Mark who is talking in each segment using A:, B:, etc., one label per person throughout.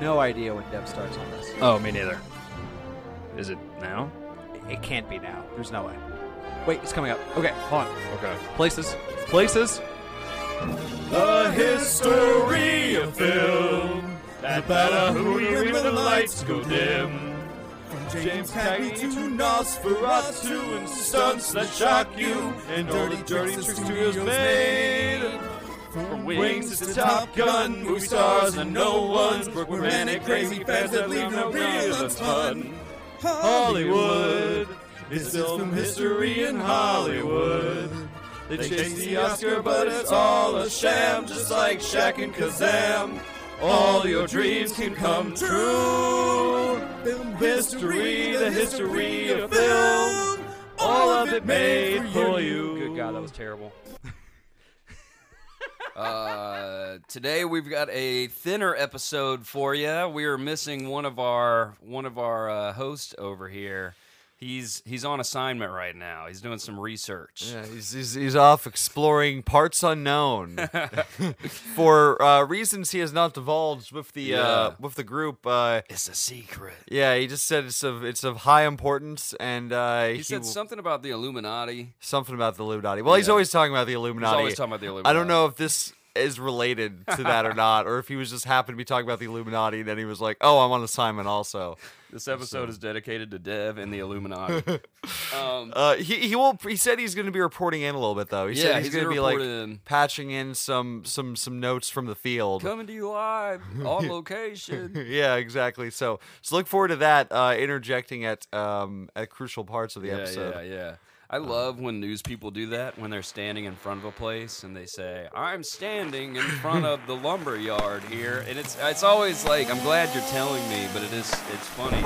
A: no idea when dev starts on this.
B: Oh, me neither. Is it now?
A: It can't be now. There's no way. Wait, it's coming up. Okay, hold on.
B: Okay.
A: Places. Places.
C: The history of film. That better who you when the lights go dim. From James Cagney to Nosferatu and stunts that shock you and dirty, dirty tricks studios made. From Wings to Top Gun, movie stars and no ones. We're manic, crazy fans that leave no real fun. Hollywood is still from history in Hollywood. They chase the Oscar, but it's all a sham, just like Shaq and Kazam. All your dreams can come true. Film history, the history of film, all of it made for you.
A: Good God, that was terrible.
D: Uh, today we've got a thinner episode for you. We are missing one of our one of our uh, hosts over here. He's he's on assignment right now. He's doing some research.
E: Yeah, he's, he's, he's off exploring parts unknown for uh, reasons he has not divulged with the uh,
D: Yeah.
E: with the group. Uh,
D: It's a secret.
E: yeah, he just said it's of it's of high importance, and uh,
D: He, said
E: will-
D: something about the Illuminati.
E: something about the Illuminati. Well, he's
D: Yeah.
E: always talking about the Illuminati.
D: always talking about the
E: I don't
D: Illuminati.
E: know if this is related to that or not, or if he was just happened to be talking about the Illuminati, and then he was like, "Oh, I'm on assignment also."
D: This episode is dedicated to Dev and the Illuminati. um,
E: Uh, he he will. He said he's going to be reporting in a little bit though. He
D: Yeah,
E: said he's,
D: he's
E: going
D: gonna
E: to be like
D: report in.
E: patching in some some some notes from the field.
D: coming to you live on location.
E: yeah, exactly. So so look forward to that uh, interjecting at um, at crucial parts of the
D: yeah,
E: episode.
D: yeah, yeah. I love when news people do that when they're standing in front of a place and they say, "I'm standing in front of the lumber yard here," and it's it's always like, "I'm glad you're telling me," but it is it's funny.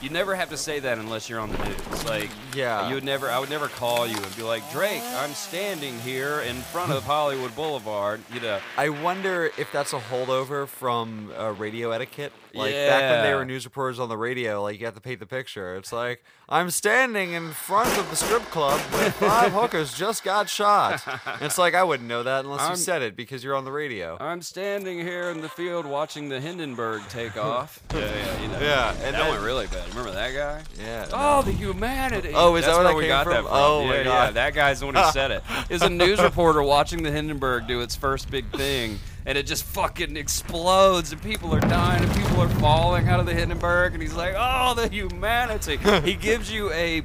D: You never have to say that unless you're on the news. Like,
E: Yeah.
D: you would never. I would never call you and be like, "Drake, I'm standing here in front of Hollywood Boulevard." You know,
E: I wonder if that's a holdover from uh, radio etiquette. Like back when they
D: Yeah.
E: were news reporters on the radio, like you have to paint the picture. It's like I'm standing in front of the strip club where five hookers just got shot. And it's like I wouldn't know that unless you
D: I'm-
E: said it because you're on the radio.
D: I'm standing here in the field watching the Hindenburg take off. yeah, yeah, you know.
E: yeah,
D: That
E: and
D: went really bad. Remember that guy?
E: yeah.
D: Oh, the humanity.
E: Oh, is
D: That's
E: that where that
D: we
E: came
D: got
E: from?
D: that from?
E: Oh,
D: yeah,
E: my
D: yeah,
E: God.
D: that guy's the one who said it. Is a news reporter watching the Hindenburg do its first big thing, and it just fucking explodes, and people are dying, and people are falling out of the Hindenburg, and he's like, "Oh, the humanity." he gives you a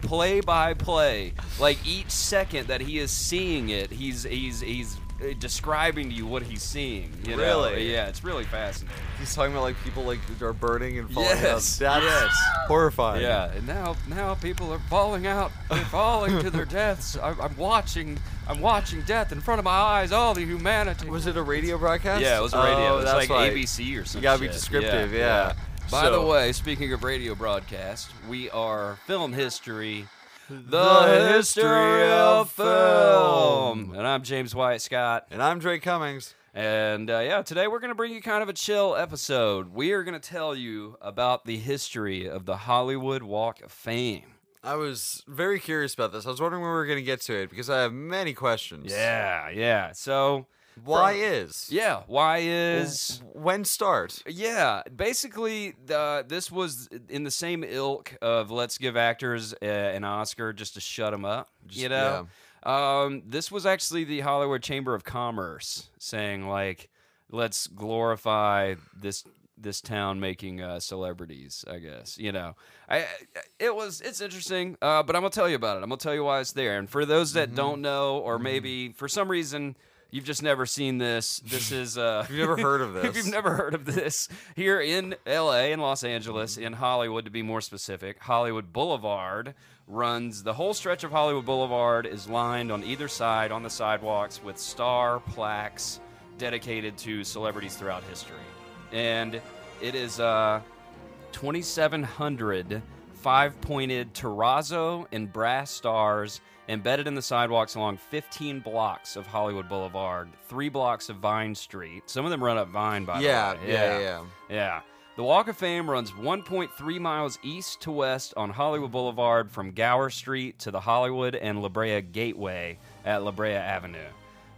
D: play-by-play, like each second that he is seeing it, he's he's he's uh, describing to you what he's seeing. You know?
E: Really?
D: Yeah, it's really fascinating.
E: He's talking about like people like are burning and falling
D: Yes,
E: out. That's horrifying.
D: Yeah, and now now people are falling out. They're falling to their deaths. I, I'm watching. I'm watching death in front of my eyes. All the humanity.
E: Was it a radio broadcast?
D: yeah, it was a radio.
E: Oh,
D: it's like
E: that's right.
D: ABC or something.
E: You gotta be descriptive. Yeah.
D: By the
E: So-
D: way, speaking of radio broadcast, we are film history. The,
E: history of film.
D: And I'm James Wyatt Scott.
E: And I'm Drake Cummings.
D: And uh, yeah, today we're going to bring you kind of a chill episode. We are going to tell you about the history of the Hollywood Walk of Fame.
E: I was very curious about this. I was wondering when we were going to get to it because I have many questions.
D: Yeah, yeah. So,
E: Why is?
D: yeah, why is
E: When start?
D: yeah, basically uh, this was in the same ilk of let's give actors uh, an Oscar just to shut them up, you know. Um, this was actually the Hollywood Chamber of Commerce saying like let's glorify this this town making uh, celebrities, I guess, you know. I I- it was it's interesting, uh, but I'm going to tell you about it. I'm going to tell you why it's there. And for those that don't know or maybe for some reason you've just never seen this, this is uh
E: You've never heard of
D: if
E: this.
D: you've never heard of this, here in LA, in Los Angeles, in Hollywood to be more specific, Hollywood Boulevard runs the whole stretch of Hollywood Boulevard is lined on either side on the sidewalks with star plaques dedicated to celebrities throughout history. And it is uh 2,700 five pointed terrazzo and brass stars embedded in the sidewalks along 15 blocks of Hollywood Boulevard, three blocks of Vine Street. Some of them run up Vine, by
E: Yeah,
D: the way.
E: yeah, yeah.
D: Yeah. The Walk of Fame runs 1.3 miles east to west on Hollywood Boulevard from Gower Street to the Hollywood and La Brea Gateway at La Brea Avenue.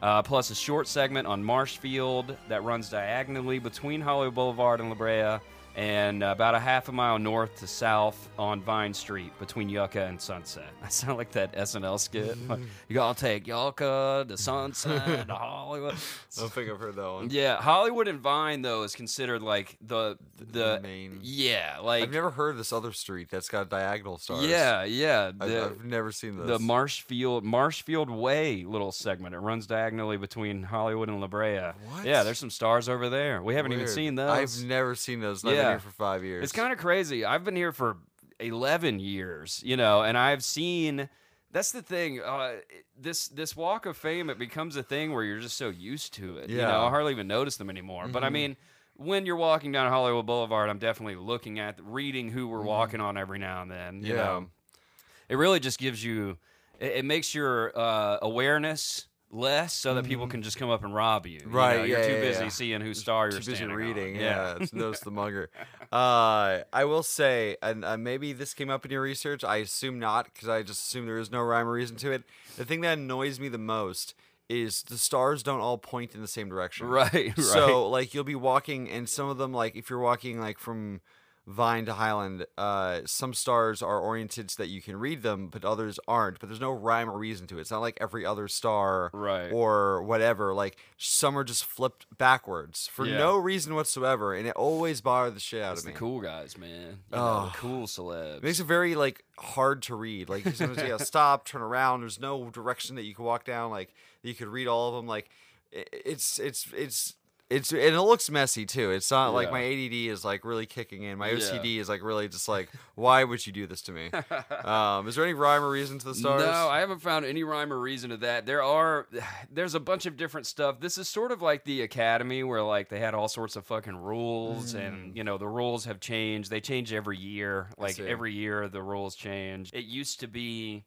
D: Uh, plus a short segment on Marshfield that runs diagonally between Hollywood Boulevard and La Brea and about a half a mile north to south on Vine Street between Yucca and Sunset. I sound like that SNL skit. Y'all take Yucca to Sunset to Hollywood.
E: I don't think I've heard that one.
D: Yeah, Hollywood and Vine though is considered like the the
E: main-
D: Yeah, like
E: I've never heard of this other street that's got diagonal stars.
D: yeah, yeah.
E: I've,
D: The,
E: I've never seen this.
D: the Marshfield Marshfield Way little segment. It runs diagonally between Hollywood and La Brea.
E: What?
D: Yeah, there's some stars over there. We haven't even
E: Weird.
D: seen
E: I've
D: those.
E: never seen those. and I've been
D: Yeah.
E: here for five years.
D: It's kind of crazy. I've been here for 11 years, you know, and I've seen that's the thing. Uh, this this walk of fame it becomes a thing where you're just so used to it. You know,
E: Yeah. Mm-hmm.
D: I hardly even notice them anymore. But I mean, when you're walking down Hollywood Boulevard, I'm definitely looking at reading who we're walking on every now and then. You
E: Mm-hmm. Yeah.
D: know, it really just gives you it, it makes your uh, awareness less so that people can just come up and rob you. You
E: Mm-hmm. Right,
D: know, you're
E: yeah,
D: too
E: yeah,
D: busy
E: yeah.
D: seeing who star you're
E: too busy
D: standing on.
E: reading. Yeah, it's notice the mugger. Uh, I will say, and uh, maybe this came up in your research. I assume not, because I just assume there is no rhyme or reason to it. The thing that annoys me the most is the stars don't all point in the same direction.
D: Right, right.
E: So like you'll be walking, and some of them, like if you're walking like from Vine to Highland, uh, some stars are oriented so that you can read them, but others aren't. But there's no rhyme or reason to it. It's not like every other star
D: Right.
E: or whatever. Like some are just flipped backwards for
D: Yeah.
E: no reason whatsoever, and it always bothered the shit out
D: It's
E: of
D: the
E: me.
D: cool guys, man. You know, the cool celebs.
E: It makes it very like hard to read. Like you sometimes you gotta stop, turn around. There's no direction that you can walk down. Like you could read all of them. Like i- it's it's it's. It's and it looks messy too. It's not like
D: Yeah.
E: my ADD is like really kicking in. My
D: Yeah.
E: OCD is like really just like, why would you do this to me? Um, is there any rhyme or reason to the stars?
D: No, I haven't found any rhyme or reason to that. There are, there's a bunch of different stuff. This is sort of like the academy where like they had all sorts of fucking rules, and you know the rules have changed. They change every year. Like
E: Mm. see.
D: every year the rules change. It used to be.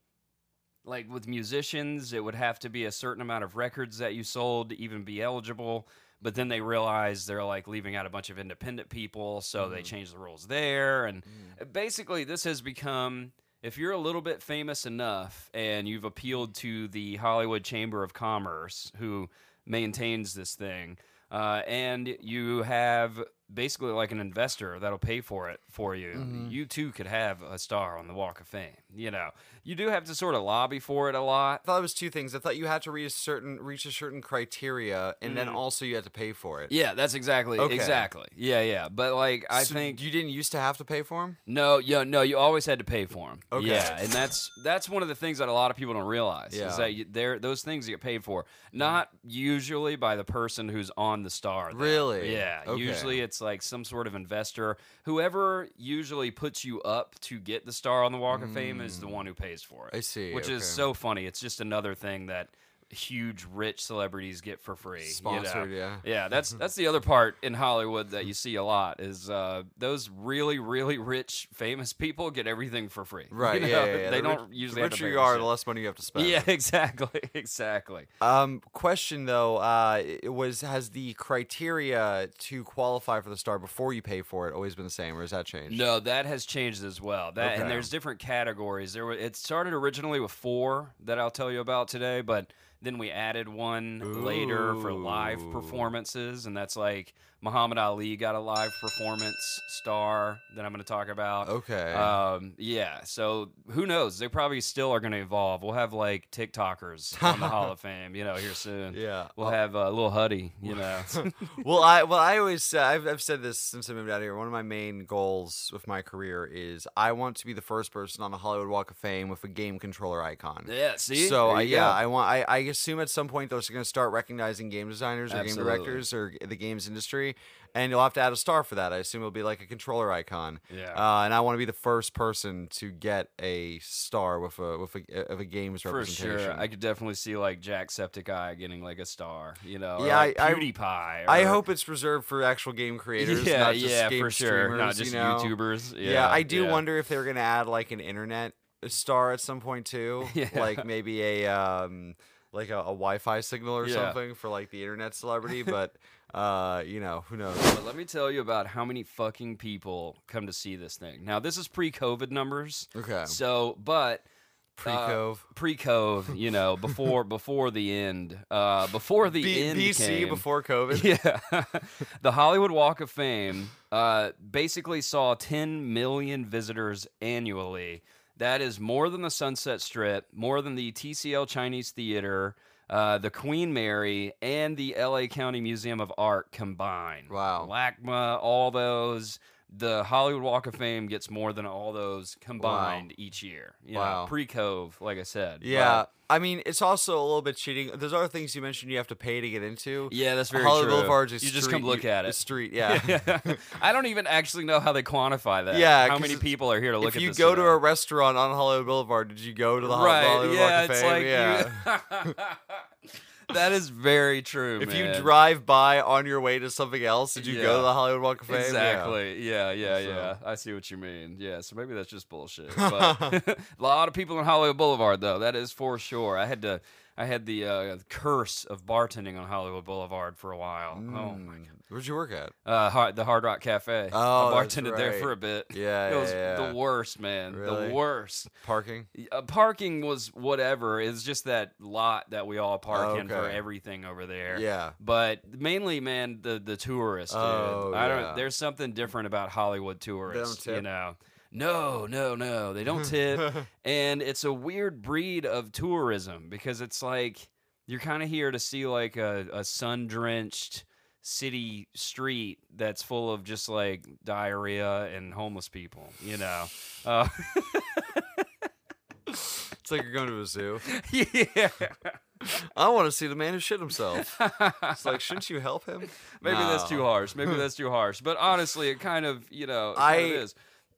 D: Like with musicians, it would have to be a certain amount of records that you sold to even be eligible. But then they realized they're like leaving out a bunch of independent people, so they changed the rules there. And basically, this has become if you're a little bit famous enough and you've appealed to the Hollywood Chamber of Commerce, who maintains this thing, uh, and you have basically like an investor that'll pay for it for you, you too could have a star on the Walk of Fame. You know, you do have to sort of lobby for it a lot.
E: I thought it was two things. I thought you had to reach a certain reach a certain criteria, and then also you had to pay for it.
D: Mm. Yeah, that's exactly
E: Okay.
D: exactly. Yeah, yeah. But like, I
E: So
D: think
E: you didn't used to have to pay for them.
D: No, yo, no, you always had to pay for them.
E: Okay.
D: Yeah, and that's that's one of the things that a lot of people don't realize
E: Yeah.
D: is that you, they're, those things get paid for, not usually by the person who's on the star. though.
E: Really?
D: Yeah.
E: Okay.
D: Usually it's like some sort of investor. Whoever usually puts you up to get the star on the Walk of Fame is the one who pays for it.
E: Mm. I see,
D: Which
E: okay.
D: is so funny. It's just another thing that huge rich celebrities get for free. you know?
E: Sponsored, yeah.
D: Yeah, that's that's the other part in Hollywood that you see a lot is uh, those really really rich famous people get everything for free. You
E: Right.
D: know,
E: yeah, yeah, yeah.
D: They
E: The
D: don't
E: rich-
D: usually
E: The
D: have to
E: richer
D: pay
E: you
D: for
E: are,
D: shit.
E: the less money you have to spend.
D: Yeah, exactly, exactly.
E: Um, question though, uh, it was has the criteria to qualify for the star before you pay for it always been the same, or has that changed?
D: No, that has changed as well. That
E: Okay.
D: and there's different categories. There were it started originally with four that I'll tell you about today, but then we added one later for live
E: Ooh.
D: performances, and that's like Muhammad Ali got a live performance star that I'm going to talk about.
E: Okay.
D: Um, yeah. So who knows? They probably still are going to evolve. We'll have like TikTokers on the Hall of Fame, you know, here soon.
E: Yeah.
D: We'll have uh, little Huddy, you know.
E: well, I well I always say I've, I've said this since I moved out here. One of my main goals with my career is I want to be the first person on the Hollywood Walk of Fame with a game controller icon.
D: yeah. See.
E: So
D: There
E: I,
D: you
E: yeah,
D: go.
E: I want. I, I assume at some point they're going to start recognizing game designers or
D: Absolutely.
E: game directors or the games industry, and you'll have to add a star for that. I assume it'll be like a controller icon.
D: Yeah.
E: Uh, and I want to be the first person to get a star with a with a, of a games
D: For
E: representation.
D: sure, I could definitely see like Jacksepticeye getting like a star, you know, or,
E: Yeah,
D: like,
E: I- I-
D: PewDiePie.
E: I
D: or-
E: hope it's reserved for actual game creators,
D: yeah,
E: not just
D: yeah,
E: game
D: for sure, not
E: streamers,
D: just
E: you know?
D: YouTubers. Yeah,
E: Yeah, I do
D: yeah.
E: wonder if they're gonna add like an internet star at some point too,
D: Yeah.
E: like maybe a um, like a, a Wi-Fi signal or
D: Yeah.
E: something for like the internet celebrity. but uh, you know, who knows?
D: But let me tell you about how many fucking people come to see this thing. Now, this is pre-COVID numbers.
E: Okay.
D: So, but
E: Pre Cove.
D: pre Cove, you know, before before the end, uh, before the
E: B-
D: end
E: BC
D: came.
E: before COVID.
D: Yeah, the Hollywood Walk of Fame uh, basically saw 10 million visitors annually. That is more than the Sunset Strip, more than the TCL Chinese Theater, uh, the Queen Mary, and the LA County Museum of Art combined.
E: Wow.
D: LACMA, all those. The Hollywood Walk of Fame gets more than all those combined each year. You know,
E: Wow.
D: pre-Cove, like I said.
E: Yeah.
D: But-
E: I mean, it's also a little bit cheating. There's other things you mentioned you have to pay to get into.
D: yeah, that's very
E: Hollywood
D: true.
E: Boulevard is a
D: you just
E: street-
D: come look
E: you-
D: at
E: a
D: it.
E: street, yeah.
D: I don't even actually know how they quantify that.
E: Yeah,
D: how
E: 'cause
D: many people are here to look
E: if
D: at
E: you
D: this
E: go to
D: today.
E: a restaurant on Hollywood Boulevard, did you go to the Hol-
D: right?
E: Hollywood
D: Yeah,
E: Walk of
D: it's
E: Fame?
D: like
E: yeah.
D: you- that is very true.
E: if you
D: man.
E: drive by on your way to something else, did you go to
D: Yeah.
E: the Hollywood Walk of Fame? Yeah.
D: Exactly. Yeah, yeah,
E: So-
D: yeah. I see what you mean. Yeah, so maybe that's just bullshit. But a lot of people on Hollywood Boulevard, though. That is for sure. I had to. I had the uh, curse of bartending on Hollywood Boulevard for a while. Oh my
E: Mm. Where'd you work at?
D: Uh, Har- the Hard Rock Cafe.
E: Oh,
D: I
E: that's
D: bartended there
E: right.
D: for a bit.
E: Yeah,
D: it
E: yeah,
D: was
E: yeah.
D: the worst, man.
E: Really?
D: The worst.
E: Parking.
D: Uh, parking was whatever. It's just that lot that we all park in for
E: Okay.
D: everything over there.
E: Yeah.
D: But mainly, man, the the tourists. dude.
E: Oh,
D: I don't.
E: yeah.
D: There's something different about Hollywood tourists.
E: tip?
D: You know. No, no, no. They don't tip, and it's a weird breed of tourism because it's like you're kind of here to see like a, a sun drenched city street that's full of just like diarrhea and homeless people. You know. Uh,
E: It's like you're going to a zoo.
D: yeah.
E: I want to see the man who shit himself. It's like, shouldn't you help him?
D: Maybe that's too
E: No.
D: harsh. Maybe that's too harsh. But honestly, it kind of, you know, it
E: I-
D: kind of is.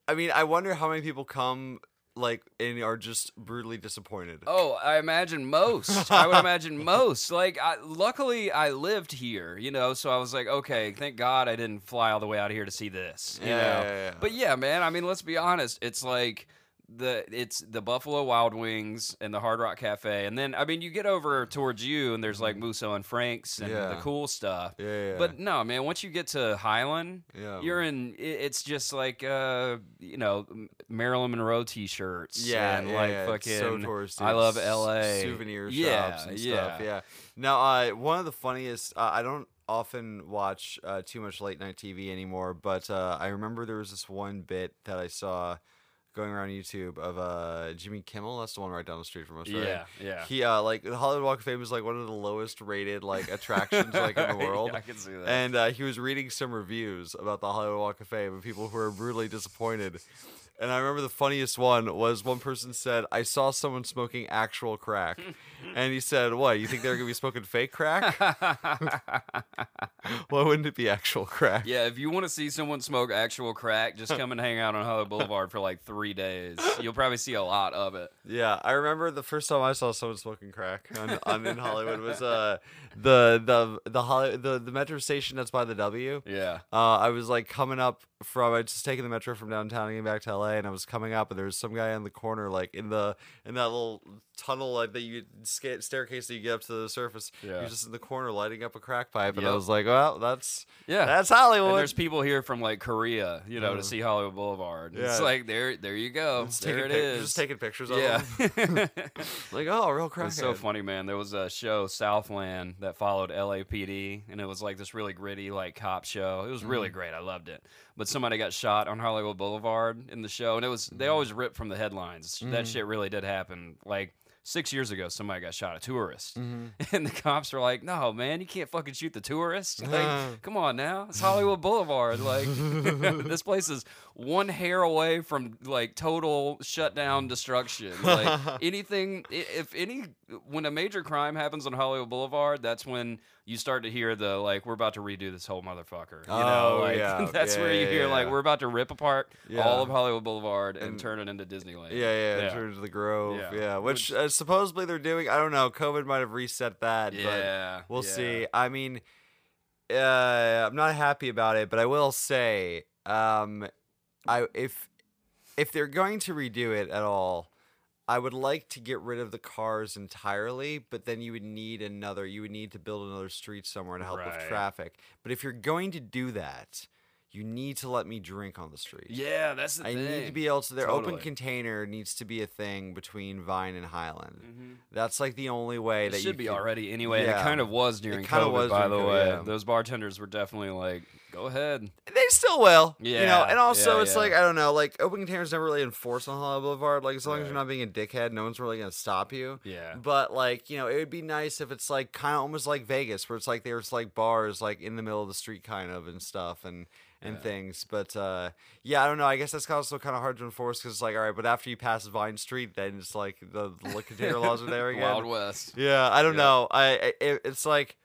E: I mean, I wonder how many people come like and are just brutally disappointed.
D: Oh, I imagine most. I would imagine most. Like, I, luckily, I lived here, you know, so I was like, okay, thank God I didn't fly all the way out here to see this, you
E: Yeah,
D: know.
E: yeah, yeah.
D: But yeah, man, I mean, let's be honest. It's like the it's the Buffalo Wild Wings and the Hard Rock Cafe, and then I mean, you get over towards you, and there's like Musso and Frank's and
E: Mm-hmm. Yeah.
D: the cool stuff.
E: Yeah, yeah.
D: But no, man, once you get to Highland,
E: Yeah.
D: you're in. i- It's just like uh, you know, M- Marilyn Monroe t-shirts.
E: yeah,
D: and
E: yeah,
D: like
E: yeah, it's
D: fucking.
E: so touristy.
D: I love
E: S-
D: L.A.
E: Souvenir
D: yeah,
E: shops and
D: yeah.
E: stuff. Yeah. Now, uh, one of the funniest. Uh, I don't often watch uh, too much late night TV anymore, but uh, I remember there was this one bit that I saw going around YouTube of uh, Jimmy Kimmel. That's the one right down the street from us. Right?
D: Yeah, yeah.
E: He uh, like the Hollywood Walk of Fame is like one of the lowest rated like attractions like in the
D: Yeah,
E: world.
D: I can see that.
E: And uh, he was reading some reviews about the Hollywood Walk of Fame and people who were brutally disappointed. And I remember the funniest one was one person said, "I saw someone smoking actual crack," and he said, "What? You think they're gonna be smoking fake crack? Why wouldn't it be actual crack?"
D: Yeah, if you want to see someone smoke actual crack, just come and hang out on Hollywood Boulevard for like three days. You'll probably see a lot of it.
E: Yeah, I remember the first time I saw someone smoking crack on, on in Hollywood was uh the the the Holly, the the metro station that's by the W.
D: Yeah.
E: Uh, I was like coming up from I just taking the metro from downtown and getting back to LA, and I was coming up, and there was some guy in the corner, like in the in that little tunnel, like that you sca- staircase that you get up to the surface. He
D: Yeah.
E: was just in the corner lighting up a crack pipe, and I
D: Yep.
E: was like, well, that's
D: Yeah.
E: that's
D: And
E: Hollywood.
D: there's people here from like Korea, you know, to see Hollywood Boulevard. It's
E: Yeah.
D: like there, there you go.
E: Just
D: there
E: taking
D: it
E: pic-
D: is.
E: Just taking pictures of
D: yeah.
E: them.
D: it
E: Like, oh, real crack.
D: was so funny, man. There was a show Southland that followed LAPD, and it was like this really gritty, like cop show. It was really great. I loved it. But somebody got shot on Hollywood Boulevard in the show, and it was they always rip from the headlines. That shit really did happen. Like. Six years ago, somebody got shot, a tourist. And the cops were like, no, man, you can't fucking shoot the tourist. Like, come on now. It's Hollywood Boulevard. Like, this place is one hair away from like total shutdown destruction. Like, anything, i- if any, when a major crime happens on Hollywood Boulevard, that's when you start to hear the, like, we're about to redo this whole motherfucker. You know,
E: Oh,
D: like,
E: yeah.
D: that's
E: Yeah,
D: where you
E: yeah,
D: hear, like,
E: yeah.
D: we're about to rip apart
E: Yeah.
D: all of Hollywood Boulevard and,
E: And-
D: turn it into Disneyland.
E: Yeah, yeah, in terms of the Grove. Yeah,
D: Yeah.
E: which uh, supposedly they're doing. I don't know. COVID might have reset that.
D: Yeah,
E: but we'll
D: yeah.
E: see. I mean, uh, I'm not happy about it, but I will say, um, I if if they're going to redo it at all. I would like to get rid of the cars entirely, but then you would need another. You would need to build another street somewhere to help with
D: Right.
E: traffic. But if you're going to do that, you need to let me drink on the street.
D: Yeah, that's the
E: I
D: thing.
E: need to be able to. Their open
D: Totally.
E: container needs to be a thing between Vine and Highland. That's like the only way
D: Mm. Mm-hmm. It
E: that
D: should
E: you
D: be
E: could-
D: already anyway. And
E: Yeah.
D: it kind of was during
E: kinda
D: COVID,
E: was
D: by
E: during
D: the
E: COVID,
D: way.
E: yeah.
D: Those bartenders were definitely like, "Go ahead."
E: They still will. You know,
D: Yeah,
E: and also
D: yeah,
E: it's
D: yeah.
E: like I don't know, like open containers never really enforced on Hollywood Boulevard. Like as long as you're not being a dickhead, no one's really gonna stop you.
B: Yeah.
E: But like you know, it would be nice if it's like kind of almost like Vegas, where it's like there's like bars like in the middle of the street, kind of and stuff and and things. But uh yeah, I don't know. I guess that's also kind of hard to enforce because it's like all right, but after you pass Vine Street, then it's like the, the container laws are there again.
D: Wild West.
E: Yeah, I don't know. I, I it, it's like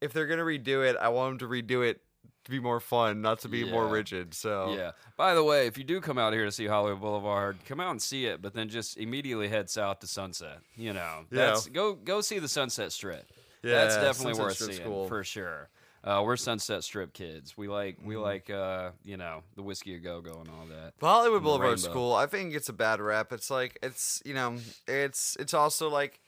E: if they're gonna redo it, I want them to redo it to be more fun, not to be more
D: Yeah.
E: rigid. So
D: Yeah. By the way, if you do come out here to see Hollywood Boulevard, come out and see it, but then just immediately head south to Sunset. You know,
E: Yeah.
D: that's go go see the Sunset Strip. that's
E: Yeah,
D: definitely
E: Sunset
D: worth
E: Strip's
D: seeing
E: cool.
D: for sure. Uh, we're Sunset Strip kids. We like we
E: Mm-hmm.
D: like uh, you know the whiskey a go go and all that.
E: But Hollywood Boulevard's
D: Rainbow.
E: cool. I think it's a bad rap. It's like it's you know it's it's also like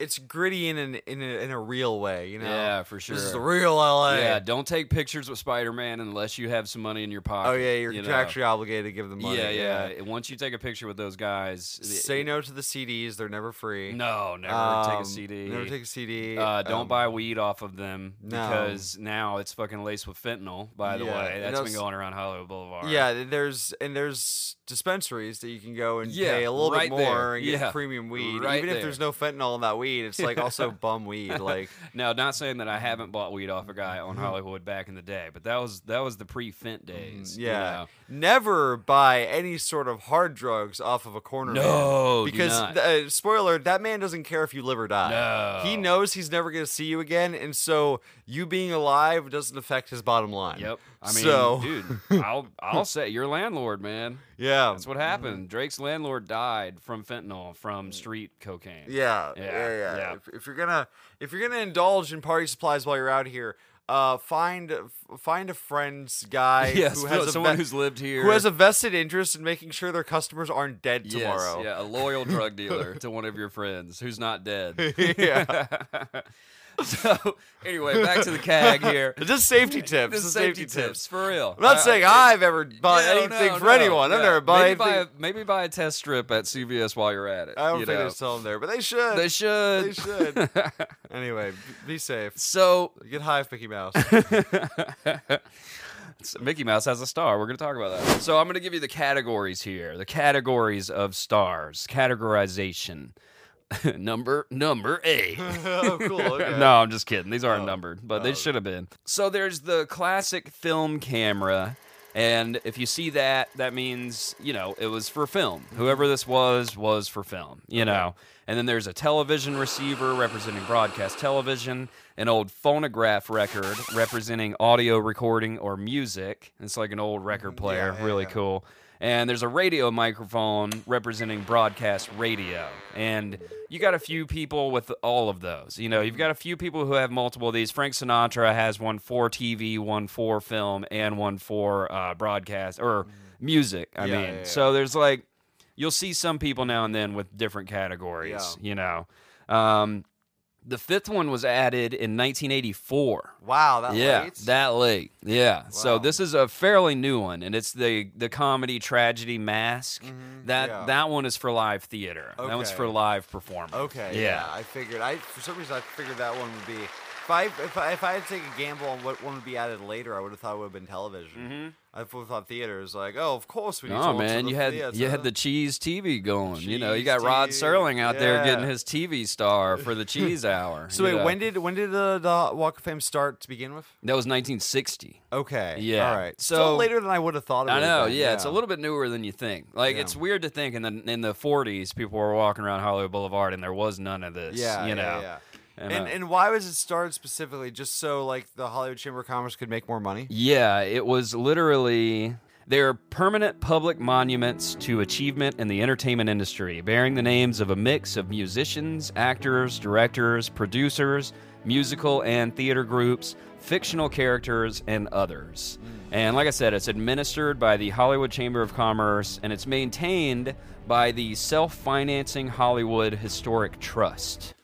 E: it's gritty in an in a, in a real way. You know.
D: Yeah, for sure.
E: This is the real LA.
D: yeah, don't take pictures with Spider Man unless you have some money in your pocket.
E: Oh yeah, you're
D: you know?
E: contractually obligated to give them money.
D: Yeah, yeah, And Once you take a picture with those guys, the-
E: Say no to the CDs. They're never free.
D: no, never take
E: Um,
D: a CD.
E: Never take a CD.
D: Uh, don't
E: Um,
D: buy weed off of them
E: no.
D: because now it's fucking laced with fentanyl. By the
E: Yeah,
D: way,
E: and
D: that's been
E: that's-
D: going around Hollywood Boulevard.
E: Yeah, th- there's and there's dispensaries that you can go and
D: Yeah,
E: pay a little
D: right
E: bit more
D: there.
E: and get
D: Yeah,
E: premium weed.
D: right
E: Even if there's no fentanyl in that weed, it's like also bum weed. Like
D: Now, not saying that I haven't bought weed off a guy on Hollywood back in the day, but that was that was the pre-fent days. you
E: Mm, yeah,
D: know.
E: never buy any sort of hard drugs off of a corner. man.
D: No, do
E: because
D: not.
E: th- uh, spoiler, that man doesn't care if you live or die. He
D: No.
E: knows he's never gonna see you again, and so you being alive doesn't affect his bottom line.
D: Yep. I mean,
E: so
D: dude, I'll I'll say your landlord, man.
E: yeah,
D: That's what happened. Drake's landlord died from fentanyl from street cocaine.
E: Mm. Yeah, yeah,
D: Yeah,
E: yeah.
D: yeah.
E: If, if you're gonna if you're gonna indulge in party supplies while you're out here, uh, find f- find a friend's guy
D: Yes,
E: who has a
D: someone
E: ve-
D: who's lived here
E: who has a vested interest in making sure their customers aren't dead
D: Yes,
E: tomorrow.
D: yeah, a loyal drug dealer to one of your friends who's not dead.
E: yeah.
D: so anyway, back to the CAG here.
E: just safety tips.
D: This
E: just
D: is safety, tips. for real.
E: I'm not
D: I-
E: saying
D: I-
E: I've ever bought
D: Yeah, no,
E: anything
D: no,
E: for
D: no,
E: anyone. I've
D: yeah.
E: never bought
D: maybe
E: anything.
D: Buy a, maybe buy a test strip at CVS while you're at it.
E: I
D: you
E: don't think
D: know.
E: they sell them there, but they should.
D: They should.
E: They should. anyway, b- be safe.
D: So
E: Get high, Mickey Mouse.
D: So Mickey Mouse has a star. We're going to talk about that. So I'm going to give you the categories here. The categories of stars. Categorization. number number 8.
E: oh, cool. Okay.
D: No, I'm just kidding. These aren't
E: Oh.
D: numbered, but they should have been. So there's the classic film camera. And if you see that, that means, you know, it was for film. Whoever this was, was for film, you know. And then there's a television receiver representing broadcast television, an old phonograph record representing audio recording or music. It's like an old record player,
E: Mm-hmm. yeah,
D: really
E: yeah.
D: cool. And there's a radio microphone representing broadcast radio. And you got a few people with all of those. You know, you've got a few people who have multiple of these. Frank Sinatra has one for TV, one for film, and one for uh, broadcast or music. I
E: Yeah,
D: mean,
E: yeah, yeah.
D: so there's like, you'll see some people now and then with different categories, you know. Um, the fifth one was added in 1984
E: Wow, that
D: yeah,
E: late?
D: that late. Yeah. So
E: Wow.
D: this is a fairly new one, and it's the the comedy tragedy mask. That
E: Mm-hmm. yeah.
D: that one is for live theater. That one's
E: Okay.
D: for live performance.
E: Okay. Yeah. I figured. I for some reason I figured that one would be. If I if I, if I had to take a gamble on what one would be added later, I would have thought it would have been television. I would have thought theaters. Like, oh, of course we. need
D: No
E: someone to
D: man,
E: the
D: you had
E: theater.
D: you had the cheese TV going. you know, you
E: Cheese
D: got Rod
E: TV,
D: Serling out there
E: yeah.
D: getting his TV star for the Cheese Hour.
E: So
D: you
E: wait,
D: know.
E: when did when did the, the Walk of Fame start to begin with?
D: that was 1960.
E: Okay.
D: Yeah,
E: All right.
D: so-
E: Still later than I would have thought. It
D: I
E: would have
D: know,
E: been,
D: yeah, it's a little bit newer than you think. Like
E: Yeah.
D: it's weird to think in the in the 40s people were walking around Hollywood Boulevard and there was none of this.
E: Yeah.
D: you know.
E: Yeah. yeah.
D: And,
E: And,
D: uh,
E: and why was it started specifically just so like the Hollywood Chamber of Commerce could make more money?
D: Yeah, it was literally. They are permanent public monuments to achievement in the entertainment industry, bearing the names of a mix of musicians, actors, directors, producers, musical and theater groups, fictional characters, and others. And like I said, it's administered by the Hollywood Chamber of Commerce and it's maintained by the self financing Hollywood Historic Trust.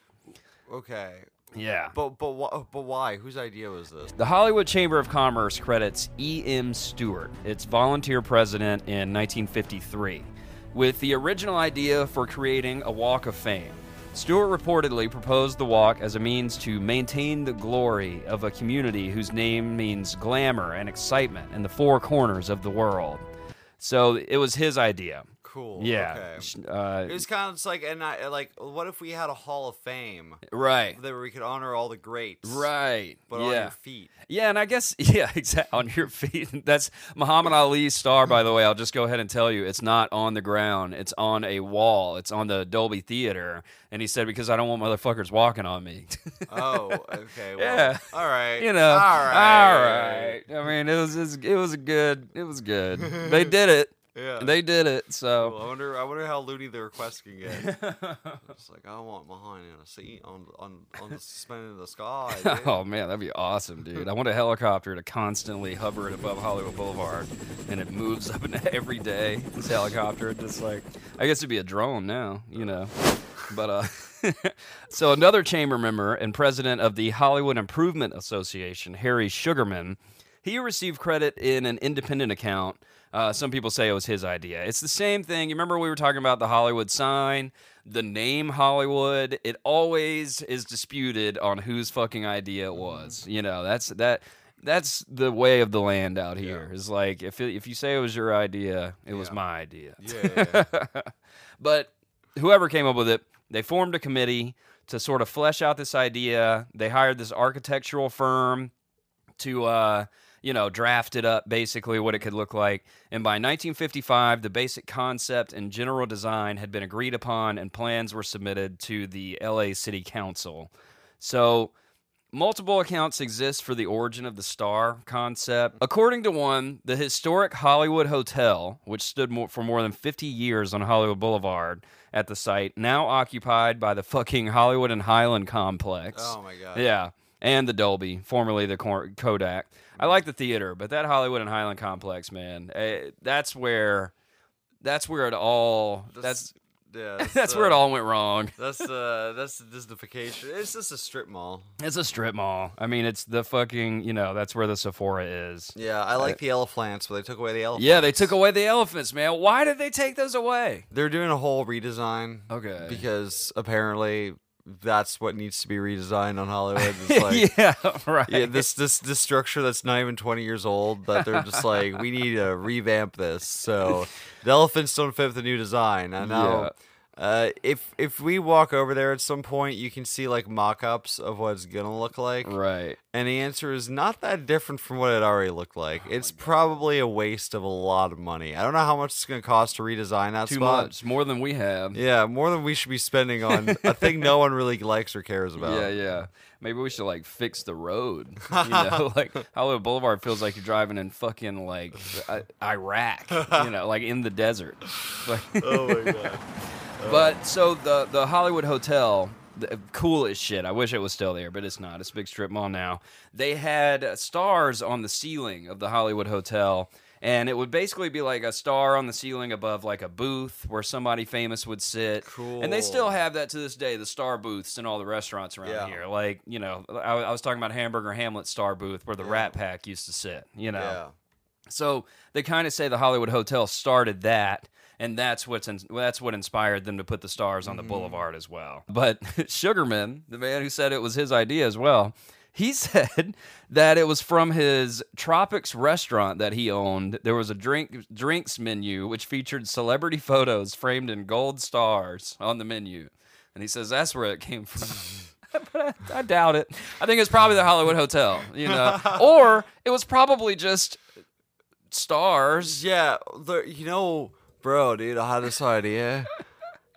E: Okay.
D: Yeah.
E: But but wh- but why? Whose idea was this?
D: The Hollywood Chamber of Commerce credits E.M. Stewart, its volunteer president in 1953, with the original idea for creating a Walk of Fame. Stewart reportedly proposed the walk as a means to maintain the glory of a community whose name means glamour and excitement in the four corners of the world. So it was his idea.
E: Cool.
D: Yeah.
E: Okay.
D: Sh- uh,
E: It was kind of just like and I like what if we had a Hall of Fame
D: right.
E: that we could honor all the greats,
D: Right.
E: But
D: yeah.
E: on your feet.
D: Yeah, and I guess yeah, exactly on your feet. That's Muhammad Ali's star, by the way. I'll just go ahead and tell you, it's not on the ground. It's on a wall. It's on the Dolby Theater. And he said because I don't want motherfuckers walking on me.
E: Oh, okay. Well,
D: Yeah.
E: All right.
D: you know,
E: All right.
D: all right. I mean, it was just, it was good. It was good. They did it.
E: Yeah.
D: They did it. So.
E: Well, I wonder. I wonder how loony the request can get. it's like I want mine in a seat on on on the suspended in the sky. dude.
D: Oh man, that'd be awesome, dude. I want a helicopter to constantly hover it above Hollywood Boulevard, and it moves up and every day. This helicopter, just like I guess it'd be a drone now, you know. But uh, so another chamber member and president of the Hollywood Improvement Association, Harry Sugarman, he received credit in an independent account. Uh, some people say it was his idea. It's the same thing. You remember we were talking about the Hollywood sign, the name Hollywood. It always is disputed on whose fucking idea it was. You know, that's that. That's the way of the land out here. Is like if it, if you say it was your idea, it was my idea.
E: Yeah, yeah, yeah.
D: But whoever came up with it, they formed a committee to sort of flesh out this idea. They hired this architectural firm to, uh, you know, draft it up basically what it could look like. And by 1955, the basic concept and general design had been agreed upon, and plans were submitted to the LA City Council. So Multiple accounts exist for the origin of the star concept. According to one, the historic Hollywood Hotel, which stood more, for more than 50 years on Hollywood Boulevard at the site, now occupied by the fucking Hollywood and Highland complex.
E: Oh my god.
D: Uh, Yeah, and the Dolby, formerly the Cor- Kodak. I like the theater, but that Hollywood and Highland complex, man, eh, that's where that's where it all that's
E: yeah,
D: that's where it
E: the-
D: all went wrong.
E: That's uh that's the Disneyfication. It's just a strip mall.
D: It's a strip mall. I mean, it's the fucking, you know, that's where the Sephora is.
E: Yeah, I like the elephants, but they took away the elephants.
D: Uh, Yeah, they took away the elephants, man. Why did they take those away?
E: They're doing a whole redesign.
D: Okay.
E: Because apparently that's what needs to be redesigned on Hollywood. It's like
D: yeah, right.
E: yeah, this this this structure that's not even twenty years old that they're just like we need to revamp this. So the elephants don't fit with the new design. I know. Uh, if if we walk over there at some point, you can see like mock-ups of what it's gonna look like,
D: right.
E: and the answer is not that different from what it already looked like.
D: Oh
E: it's probably a waste of a lot of money. I don't know how much it's gonna cost to redesign that
D: Too
E: spot.
D: much, more than we have.
E: Yeah, more than we should be spending on a thing no one really likes or cares about.
D: Yeah, yeah. Maybe we should like fix the road. You know, like Hollywood Boulevard feels like you're driving in fucking like I- Iraq. You know, like in the desert. Like,
E: Oh my god.
D: But so the the Hollywood Hotel, the, cool as shit. I wish it was still there, but it's not. It's a big strip mall now. They had uh, stars on the ceiling of the Hollywood Hotel. And it would basically be like a star on the ceiling above like a booth where somebody famous would sit. And they still
E: Cool.
D: have that to this day, the star booths in all the restaurants around
E: Yeah.
D: here. Like, you know, I, I was talking about Hamburger Hamlet star booth where the Rat Pack used to sit, you know.
E: Yeah.
D: So they kind of say the Hollywood Hotel started that, and that's what's in, that's what inspired them to put the stars on the boulevard as well. But Sugarman, the man who said it was his idea as well, he said that it was from his Tropics restaurant that he owned. There was a drink drinks menu which featured celebrity photos framed in gold stars on the menu, and he says that's where it came from. but I, I doubt it. I think it's probably the Hollywood Hotel, you know, or it was probably just stars.
E: Yeah, there, you know, bro, dude, I had this idea.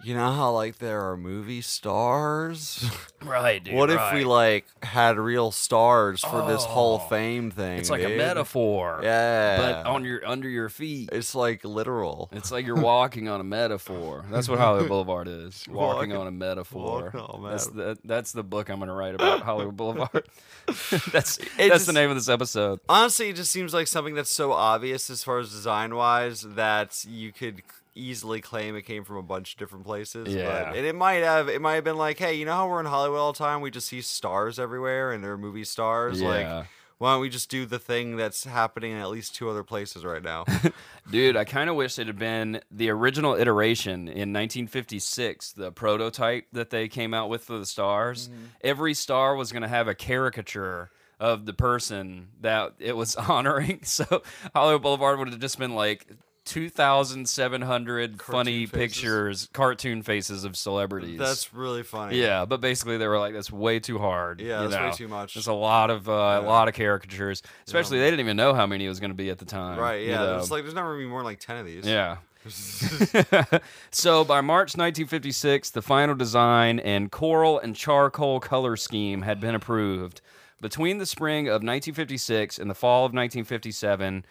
E: You know how like there are movie stars?
D: Right, dude.
E: what if we like had real stars for this Hall of Fame thing?
D: It's like a
E: dude?
D: metaphor.
E: Yeah.
D: But on your under your feet.
E: it's like literal.
D: It's like you're walking on a metaphor. That's what Hollywood Boulevard is. Walking,
E: Walking-
D: on a metaphor.
E: walking on a
D: that's
E: metaf-
D: the that's the book I'm gonna write about Hollywood Boulevard. that's that's
E: just-
D: the name of this episode.
E: Honestly, it just seems like something that's so obvious as far as design wise that you could easily claim it came from a bunch of different places.
B: Yeah.
E: But, and it might have it might have been like, hey, you know how we're in Hollywood all the time? We just see stars everywhere and they're movie stars.
D: Yeah.
E: Like, why don't we just do the thing that's happening in at least two other places right now?
D: Dude, I kind of wish it had been the original iteration in 1956, the prototype that they came out with for the stars.
E: Mm-hmm.
D: Every star was going to have a caricature of the person that it was honoring. So Hollywood Boulevard would have just been like 2,700 funny
E: faces.
D: pictures, cartoon faces of celebrities.
E: that's really funny.
D: yeah, but basically they were like, "That's way too hard."
E: Yeah,
D: you
E: that's way
D: know?
E: too much.
D: There's a lot of uh, a lot of caricatures, especially they didn't even know how many it was going to be at the time.
E: Right,
D: you
E: yeah.
D: know?
E: There's like there's never gonna be more than like ten of these.
D: Yeah. so by March 1956, the final design and coral and charcoal color scheme had been approved. Between the spring of 1956 and the fall of 1957,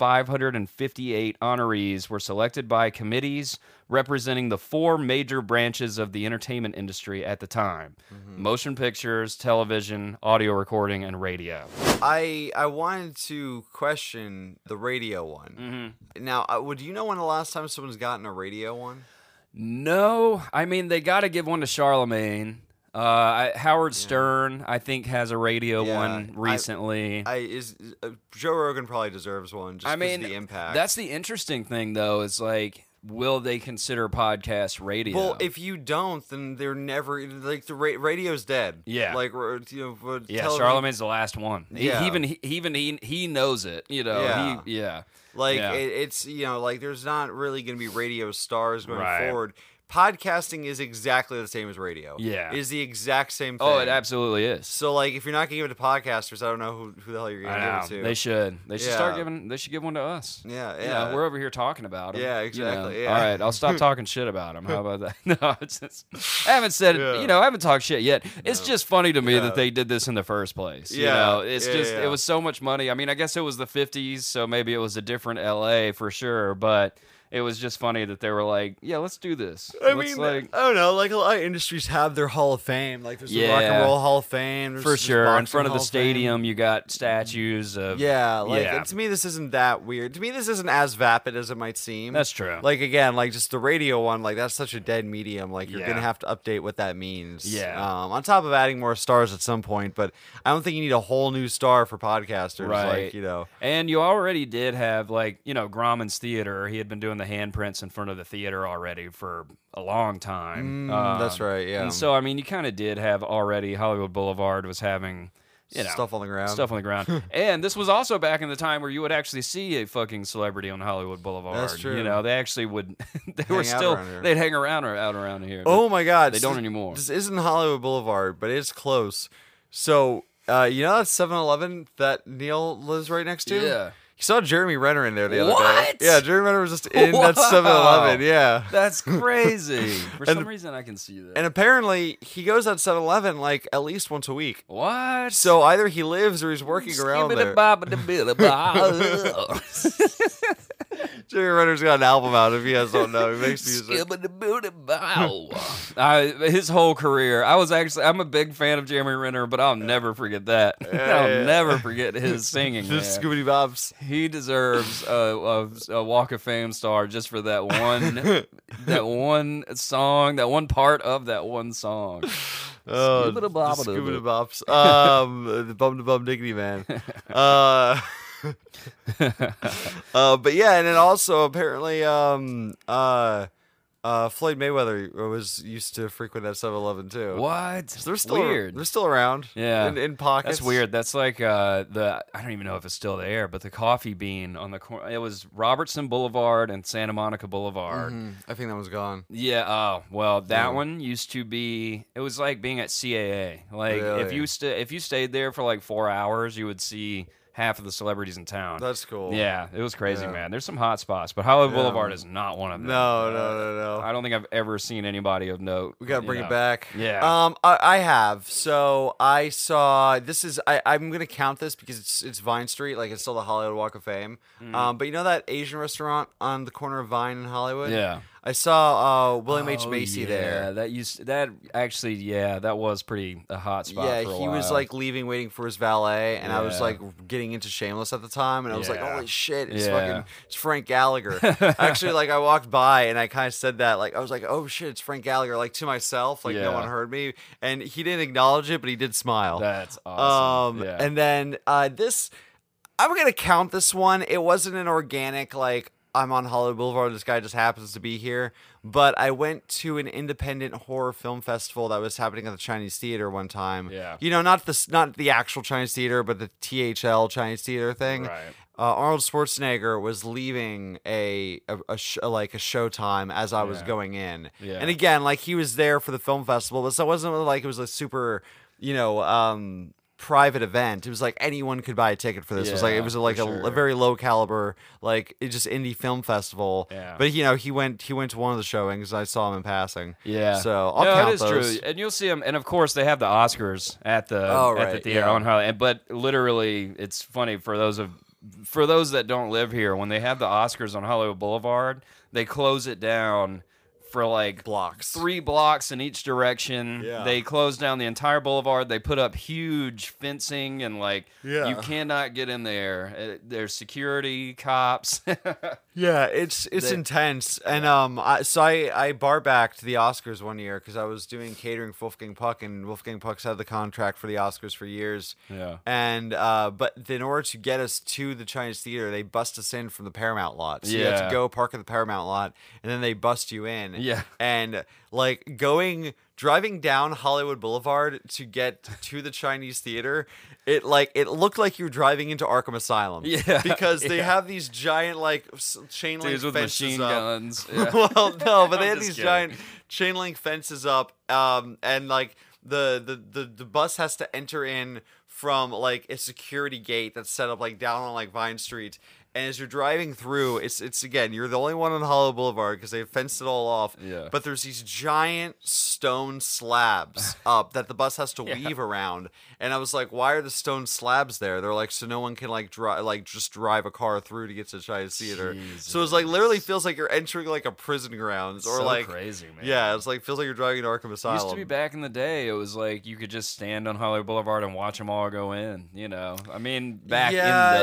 D: 1,558 honorees were selected by committees representing the four major branches of the entertainment industry at the time motion pictures, television, audio recording, and radio.
E: I I wanted to question the radio one.
D: Mm-hmm.
E: Now, uh, would you know when the last time someone's gotten a radio one?
D: No, I mean they got to give one to Charlemagne. Uh, I, Howard Stern, I think, has a radio
E: Yeah,
D: one
E: I-
D: recently. I,
E: I is uh, Joe Rogan probably deserves one. Just 'cause
D: mean,
E: the impact.
D: That's the interesting thing, though, is like, will they consider podcast radio?
E: well, if you don't, then they're never like the ra- radio's dead.
D: Yeah.
E: like ra- you know, for
D: yeah,
E: television-
D: Charlemagne's the last one. He,
E: Yeah.
D: he even he even he, he knows it. You know,
E: Yeah.
D: he yeah.
E: Like
D: Yeah.
E: it, it's you know, like there's not really going to be radio stars going
B: Right.
E: forward. Podcasting is exactly the same as radio.
D: Yeah.
E: It is the exact same thing.
D: Oh, it absolutely is.
E: So like, if you're not gonna give it to podcasters, I don't know who, who the hell you're gonna
B: I
E: give it to.
D: They should. They should start
E: Yeah.
D: giving. They should give one to us.
E: yeah,
D: You
E: yeah.
D: know, we're over here talking about him.
E: Yeah, exactly, yeah.
D: All right, I'll stop talking shit about him. How about that? No, it's just, I haven't said,
E: Yeah.
D: you know, I haven't talked shit yet. It's just funny to me
E: Yeah.
D: that they did this in the first place. You
E: Yeah,
D: know, it's
E: yeah,
D: just,
E: yeah.
D: it was so much money. I mean, I guess it was the 50s, so maybe it was a different LA for sure, but it was just funny that they were like, yeah, let's do this.
E: I
D: Let's,
E: mean, uh,
D: like,
E: I don't know. Like a lot of industries have their Hall of Fame. Like there's the Rock
D: Yeah.
E: and Roll Hall of Fame there's
D: for
E: this
D: sure. In
E: Boxing
D: front of the
E: Hall Fame.
D: stadium, you got statues of.
E: Mm-hmm. Yeah, like
B: Yeah.
E: and to me, this isn't that weird. To me, this isn't as vapid as it might seem.
D: That's true.
E: Like again, like just the radio one, like that's such a dead medium. Like you're gonna
B: Yeah.
E: have to update what that means.
D: Yeah.
E: Um, on top of adding more stars at some point, but I don't think you need a whole new star for podcasters. Like
D: Right.
E: you know.
D: And you already did have like you know Grauman's theater. He had been doing the handprints in front of the theater already for a long time. Uh,
E: Mm, that's right, yeah.
D: Um, And so I mean, you kind of did have already. Hollywood Boulevard was having you know
E: stuff on the ground.
D: stuff on the ground. and this was also back in the time where you would actually see a fucking celebrity on Hollywood Boulevard.
E: That's true.
D: You know, they actually would. they were
E: Hang out
D: still
E: around here.
D: they'd hang around or out around here.
E: Oh my God!
D: They
E: so
D: don't anymore.
E: This isn't Hollywood Boulevard, but it's close. So uh, you know that 7-Eleven that Neil lives right next to.
D: Yeah.
E: He saw Jeremy Renner in there the other
D: What?
E: day. Yeah, Jeremy Renner was just in that
D: Wow.
E: 7-Eleven. Yeah.
D: that's crazy. For
E: And-
D: some reason, I can see that.
E: And apparently he goes at 7-Eleven like at least once a week.
D: what?
E: So either he lives or he's working around there. Jeremy Renner's got an album out. If you guys don't know, he makes music.
D: I, his whole career. I was actually I'm a big fan of Jeremy Renner, but I'll never forget that. I'll
E: yeah.
D: never forget his singing.
E: The
D: man.
E: Scooby Bob's.
D: He deserves a, a, a Walk of Fame star just for that one that one song, that one part of that one song.
E: Oh,
D: Scooba da blah ba
E: the
D: da
E: Scooba da bops. Um, the bum to bum diggity man. Uh, uh, but yeah, and then also apparently, um, uh, uh, Floyd Mayweather was used to frequent that 7-Eleven too.
D: What?
E: So they're still
D: weird.
E: They're still around.
D: Yeah.
E: in, in pockets.
D: That's weird. That's like uh, the I don't even know if it's still there, but the coffee bean on the corner. It was Robertson Boulevard and Santa Monica Boulevard.
E: Mm, I think that was gone.
D: Yeah. Oh well, that one used to be. It was like being at CAA. Like if
E: Really?
D: you sta if you stayed there for like four hours, you would see half of the celebrities in town.
E: That's cool.
D: yeah, it was crazy,
E: Yeah.
D: man. There's some hot spots, but Hollywood Boulevard is not one of them.
E: No, no, no, no.
D: I don't think I've ever seen anybody of note.
E: We gotta
D: you
E: bring
D: know.
E: it back.
D: Yeah.
E: Um, I, I have. So I saw this is I, I'm gonna count this because it's it's Vine Street, like Mm-hmm. it's still the Hollywood Walk of Fame. Um, but you know that Asian restaurant on the corner of Vine and Hollywood?
D: Yeah.
E: I saw uh, William H
D: Oh,
E: Macy
D: yeah,
E: there.
D: That used that actually, yeah, that was pretty a hot spot.
E: Yeah,
D: for a
E: he was
D: while.
E: like leaving, waiting for his valet, and I was
D: Yeah.
E: like getting into Shameless at the time, and I was like,
B: Yeah.
E: "Holy shit, it's
D: Yeah.
E: fucking it's Frank Gallagher." Actually, like I walked by and I kind of said that, like I was like, "Oh shit, it's Frank Gallagher," like to myself, like no
D: Yeah.
E: one heard me, and he didn't acknowledge it, but he did smile.
D: that's awesome.
E: Um,
D: yeah.
E: and then uh, this, I'm gonna count this one. It wasn't an organic like I'm on Hollywood Boulevard. This guy just happens to be here. But I went to an independent horror film festival that was happening at the Chinese Theater one time.
D: Yeah.
E: you know, not the not the actual Chinese Theater, but the THL Chinese Theater thing.
B: Right.
E: Uh, Arnold Schwarzenegger was leaving a, a, a sh- like a showtime as I was
D: Yeah.
E: going in,
D: Yeah.
E: and again, like he was there for the film festival, but so it wasn't like it was a super, you know, um, private event. It was like anyone could buy a ticket for this. it was like it
D: Yeah,
E: was
D: for
E: like a, a
D: sure.
E: very low caliber, like it just indie film festival.
D: Yeah.
E: But you know, he went he went to one of the showings. I saw him in passing.
D: Yeah.
E: So I'll
D: no,
E: count
D: it is
E: those.
D: true, and you'll see them. And of course, they have the Oscars at the
E: Oh,
D: at the
E: right,
D: theater
E: yeah.
D: on Hollywood. But literally, it's funny for those of for those that don't live here when they have the Oscars on Hollywood Boulevard, they close it down for like
E: Blocks.
D: three blocks in each direction.
E: Yeah.
D: They close down the entire boulevard. They put up huge fencing and like you
E: Yeah.
D: cannot get in there. Uh, There's security cops.
E: Yeah, it's it's
D: They-
E: intense, and um, I, so I I bar backed the Oscars one year because I was doing catering for Wolfgang Puck, and Wolfgang Puck's had the contract for the Oscars for years.
D: Yeah.
E: and uh, but in order to get us to the Chinese theater, they bust us in from the Paramount lot. So you have
D: Yeah.
E: to go park at the Paramount lot, and then they bust you in.
D: Yeah.
E: and like going driving down Hollywood Boulevard to get to the Chinese theater, it like it looked like you were driving into Arkham Asylum.
D: Yeah.
E: because they have these giant like s- chain link
D: Dudes with
E: fences
D: machine
E: up.
D: guns. Yeah.
E: well, no, but they
B: I'm
E: had
B: just
E: these
B: kidding.
E: giant chain link fences up, um, and like the, the the the bus has to enter in from like a security gate that's set up like down on like Vine Street. And as you're driving through, it's it's again you're the only one on Hollow Boulevard because they fenced it all off.
D: Yeah.
E: But there's these giant stone slabs up that the bus has to weave around. And I was like, why are the stone slabs there? They're like so no one can like drive like just drive a car through to get to the Chinese theater. So it's like literally feels like you're entering like a prison grounds or
D: So
E: like
D: crazy, man.
E: Yeah, it's like feels like you're driving to Arkham Asylum.
D: Used to be back in the day, it was like you could just stand on Hollywood Boulevard and watch them all go in. You know, I mean, back
E: yeah,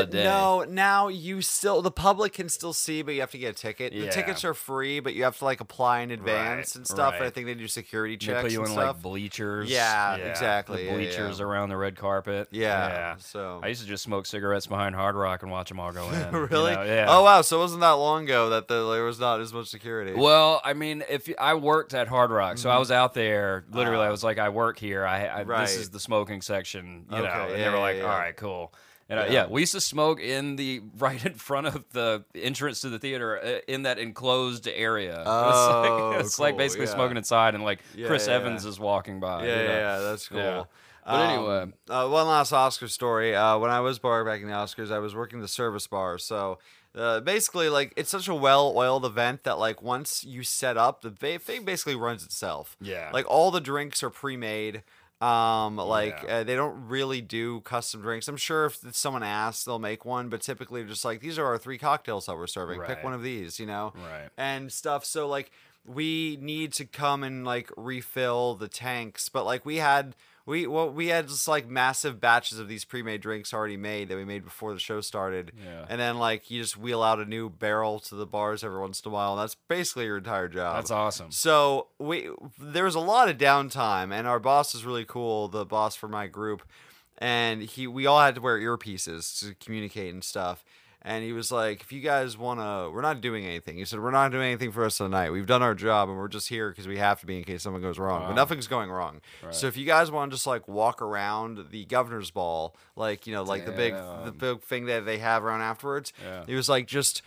D: in the day.
E: No, now you still the public can still see, but you have to get a ticket. The
D: Yeah.
E: tickets are free, but you have to like apply in advance and stuff. And I
B: right.
E: think they do security
D: they
E: checks
D: put you
E: and
D: in
E: stuff.
D: like bleachers.
E: yeah,
B: yeah, the
E: exactly.
D: the
E: yeah, yeah.
D: bleachers around the red carpet.
E: Yeah.
B: Yeah.
E: So
D: I used to just smoke cigarettes behind Hard Rock and watch them all go in. you
E: really?
D: know? Yeah.
E: Oh wow! So it wasn't that long ago that the, there was not as much security.
D: Well, I mean, if you- I worked at Hard Rock, so
E: Mm-hmm.
D: I was out there. Literally, I was like, I work here. I, I
E: Ah. Right.
D: this is the smoking section, you know.
E: Okay,
D: And
E: yeah,
D: they were
E: yeah,
D: like,
E: yeah.
D: all right, cool. And I-
E: Yeah.
D: yeah. we used to smoke in the right in front of the entrance to the theater uh, in that enclosed area.
E: Oh,
D: it's like, it's like
E: cool,
D: basically
E: yeah.
D: smoking inside, and like
E: Yeah,
D: Chris
E: yeah,
D: Evans
E: yeah.
D: is walking by.
E: Yeah,
D: you know?
E: yeah, that's cool.
D: Yeah. But
E: Um,
D: anyway.
E: uh, one last Oscar story. Uh, when I was bar back in the Oscars, I was working the service bar. So uh, basically, like it's such a well-oiled event that like once you set up, the ba- thing basically runs itself.
B: Yeah.
E: Like all the drinks are pre-made. Um, like uh, they don't really do custom drinks. I'm sure if someone asks, they'll make one. But typically, just like these are our three cocktails that we're serving. Pick
B: Right.
E: one of these, you know
B: Right.
E: and stuff. So like we need to come and like refill the tanks, but like we had we well, we had just like massive batches of these pre-made drinks already made that we made before the show started.
D: Yeah.
E: And then like you just wheel out a new barrel to the bars every once in a while. And that's basically your entire job.
D: That's awesome.
E: So we there was a lot of downtime, and our boss is really cool. The boss for my group, and he we all had to wear earpieces to communicate and stuff. And he was like, "If you guys wanna, we're not doing anything." He said, "We're not doing anything for us tonight. We've done our job, and we're just here because we have to be in case something goes wrong. But nothing's going wrong. So if you guys want to just like walk around the governor's ball, like you know, like the big the big thing that they have around afterwards, he was like, just."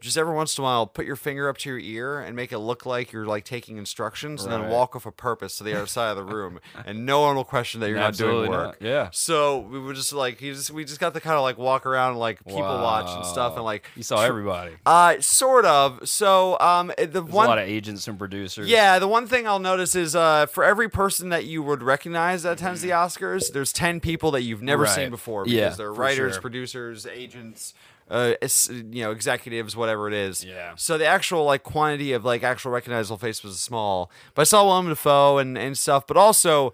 E: just every once in a while put your finger up to your ear and make it look like you're like taking instructions and then
D: Right.
E: walk off a purpose to the other side of the room and no one will question that you're
D: Absolutely
E: not doing
D: not,
E: work
D: yeah.
E: so we were just like he just we just got to kind of like walk around and, like people watch and stuff and
D: Wow.
E: like
D: you saw
E: tr-
D: everybody.
E: uh sort of so um the
D: There's
E: one
D: a lot of agents and producers.
E: yeah, the one thing I'll notice is uh, for every person that you would recognize that attends the Oscars, there's 10 people that you've never seen
D: Mm-hmm. Right.
E: before because
D: Yeah,
E: they're
D: for
E: writers,
D: sure.
E: producers, agents, uh, es- you know, executives, whatever it is.
B: Yeah.
E: So the actual like quantity of like actual recognizable face was small. But I saw Willem Dafoe and and stuff. But also,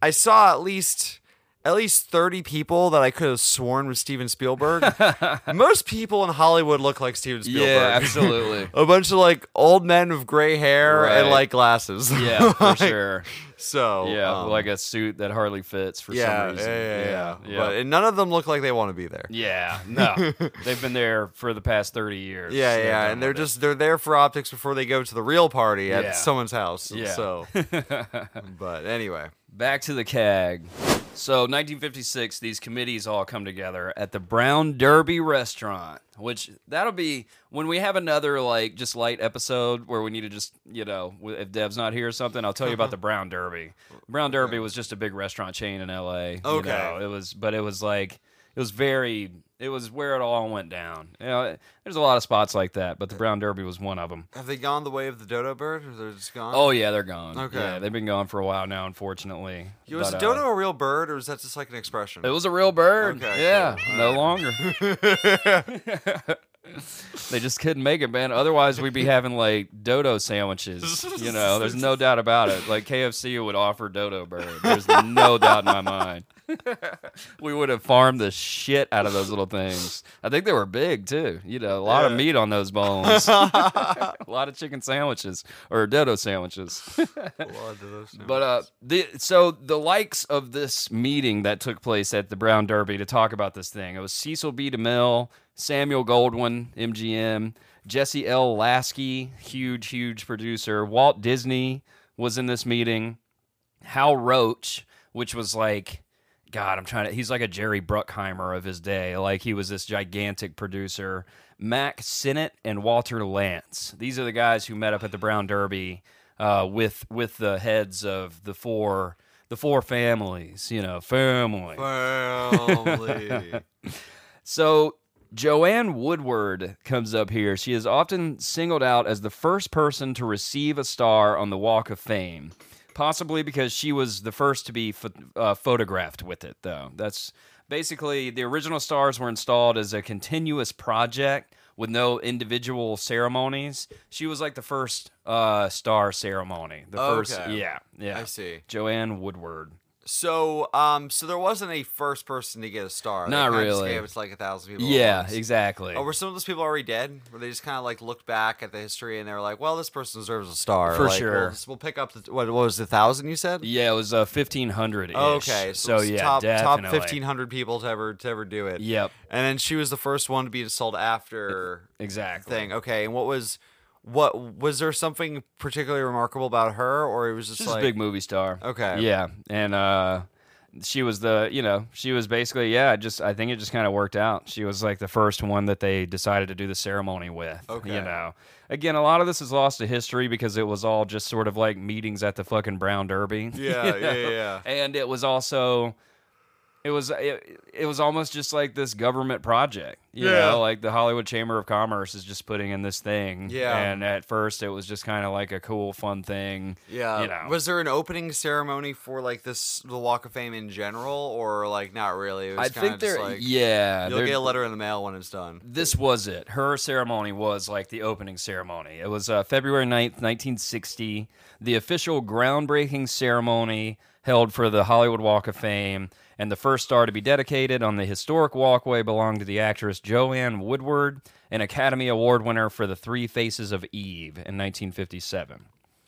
E: I saw at least at least thirty people that I could have sworn was Steven Spielberg. Most people in Hollywood look like Steven Spielberg.
D: Yeah, absolutely.
E: A bunch of like old men with gray hair and
D: Right.
E: like glasses.
D: Yeah, for
E: Like,
D: sure.
E: So
D: Yeah,
E: um,
D: like a suit that hardly fits for
E: yeah,
D: some reason.
E: Yeah, yeah, yeah.
D: yeah.
E: But and none of them look like they want to be there.
D: Yeah, no, they've been there for the past thirty years.
E: Yeah,
D: They're
E: yeah,
D: done
E: and they're
D: with it.
E: just they're there for optics before they go to the real party at
D: Yeah.
E: someone's house. and
D: Yeah.
E: So, but anyway,
D: Back to the CAG. So, 1956, these committees all come together at the Brown Derby restaurant, which that'll be when we have another like just light episode where we need to just you know w- if Dev's not here or something, I'll tell you about
E: Uh-huh.
D: the Brown Derby. Brown Derby was just a big restaurant chain in L.A. you
E: Okay.
D: know. it was, but it was like it was very. It was where it all went down. You know, there's a lot of spots like that, but the Brown Derby was one of them.
E: have they gone the way of the dodo bird, or they're just gone?
D: Oh yeah, they're gone.
E: Okay.
D: Yeah, they've been gone for a while now, unfortunately.
E: Yeah, was
D: But,
E: a
D: uh,
E: dodo a real bird, or is that just like an expression?
D: It was a real bird.
E: Okay,
D: yeah,
E: cool.
D: no longer. they just couldn't make it, man. Otherwise, we'd be having like dodo sandwiches. You know, there's no doubt about it. Like KFC would offer dodo bird. There's no doubt in my mind. we would have farmed the shit out of those little things. I think they were big too. You know, a lot of meat on those bones. a lot of chicken sandwiches or dodo sandwiches.
E: Blood to those
D: But uh, the so the likes of this meeting that took place at the Brown Derby to talk about this thing. It was Cecil B. DeMille, Samuel Goldwyn, MGM, Jesse L. Lasky, huge huge producer. Walt Disney was in this meeting. Hal Roach, which was like. God, I'm trying to. He's like a Jerry Bruckheimer of his day. Like he was this gigantic producer. Mac Sinnott and Walter Lance. These are the guys who met up at the Brown Derby uh, with with the heads of the four the four families. You know, family.
E: family.
D: So Joanne Woodward comes up here. She is often singled out as the first person to receive a star on the Walk of Fame, possibly because she was the first to be pho- uh, photographed with it. Though that's basically the original stars were installed as a continuous project with no individual ceremonies. She was like the first uh, star ceremony. The first,
E: Okay.
D: yeah, yeah.
E: I see.
D: Joanne Woodward.
E: So, um, so there wasn't a first person to get a star. They
D: Not
E: kinda just
D: really.
E: Gave it to like a thousand people. at
D: Yeah, e
E: once.
D: exactly.
E: Oh, were some of those people already dead? Where they just kind of like looked back at the history and they were like, "Well, this person deserves a star
D: For
E: Like, we'll
D: sure.
E: just- We'll, pick up the what, what was the thousand you said?
D: Yeah, it was uh, fifteen hundred.
E: Oh, Okay, so,
D: so,
E: it's
D: yeah,
E: top
D: definitely.
E: top fifteen hundred people to ever to ever do it.
D: Yep,
E: and then she was the first one to be installed after
D: exactly.
E: thing. Okay, and what was what was there something particularly remarkable about her, or it was just
D: She's
E: like
D: a big movie star.
E: Okay.
D: Yeah, and uh, she was the you know she was basically yeah just I think it just kind of worked out. She was like the first one that they decided to do the ceremony with.
E: Okay.
D: You know, again, a lot of this is lost to history because it was all just sort of like meetings at the fucking Brown Derby.
E: yeah, yeah, yeah, yeah.
D: and it was also it was it, it was almost just like this government project you
E: Yeah.
D: know like the hollywood chamber of commerce is just putting in this thing
E: Yeah.
D: and at first it was just kind of like a cool fun thing
E: Yeah.
D: you know
E: Was there an opening ceremony for like this the Walk of Fame in general, or like not really? It was
D: i
E: kinda
D: think
E: just
D: there
E: like,
D: yeah
E: You'll
D: there-
E: get a letter in the mail when it's done.
D: this was it. Her ceremony was like the opening ceremony. It was uh, February 9th, 1960, the official groundbreaking ceremony held for the Hollywood Walk of Fame. And the first star to be dedicated on the historic walkway belonged to the actress Joanne Woodward, an Academy Award winner for The Three Faces of Eve in 1957.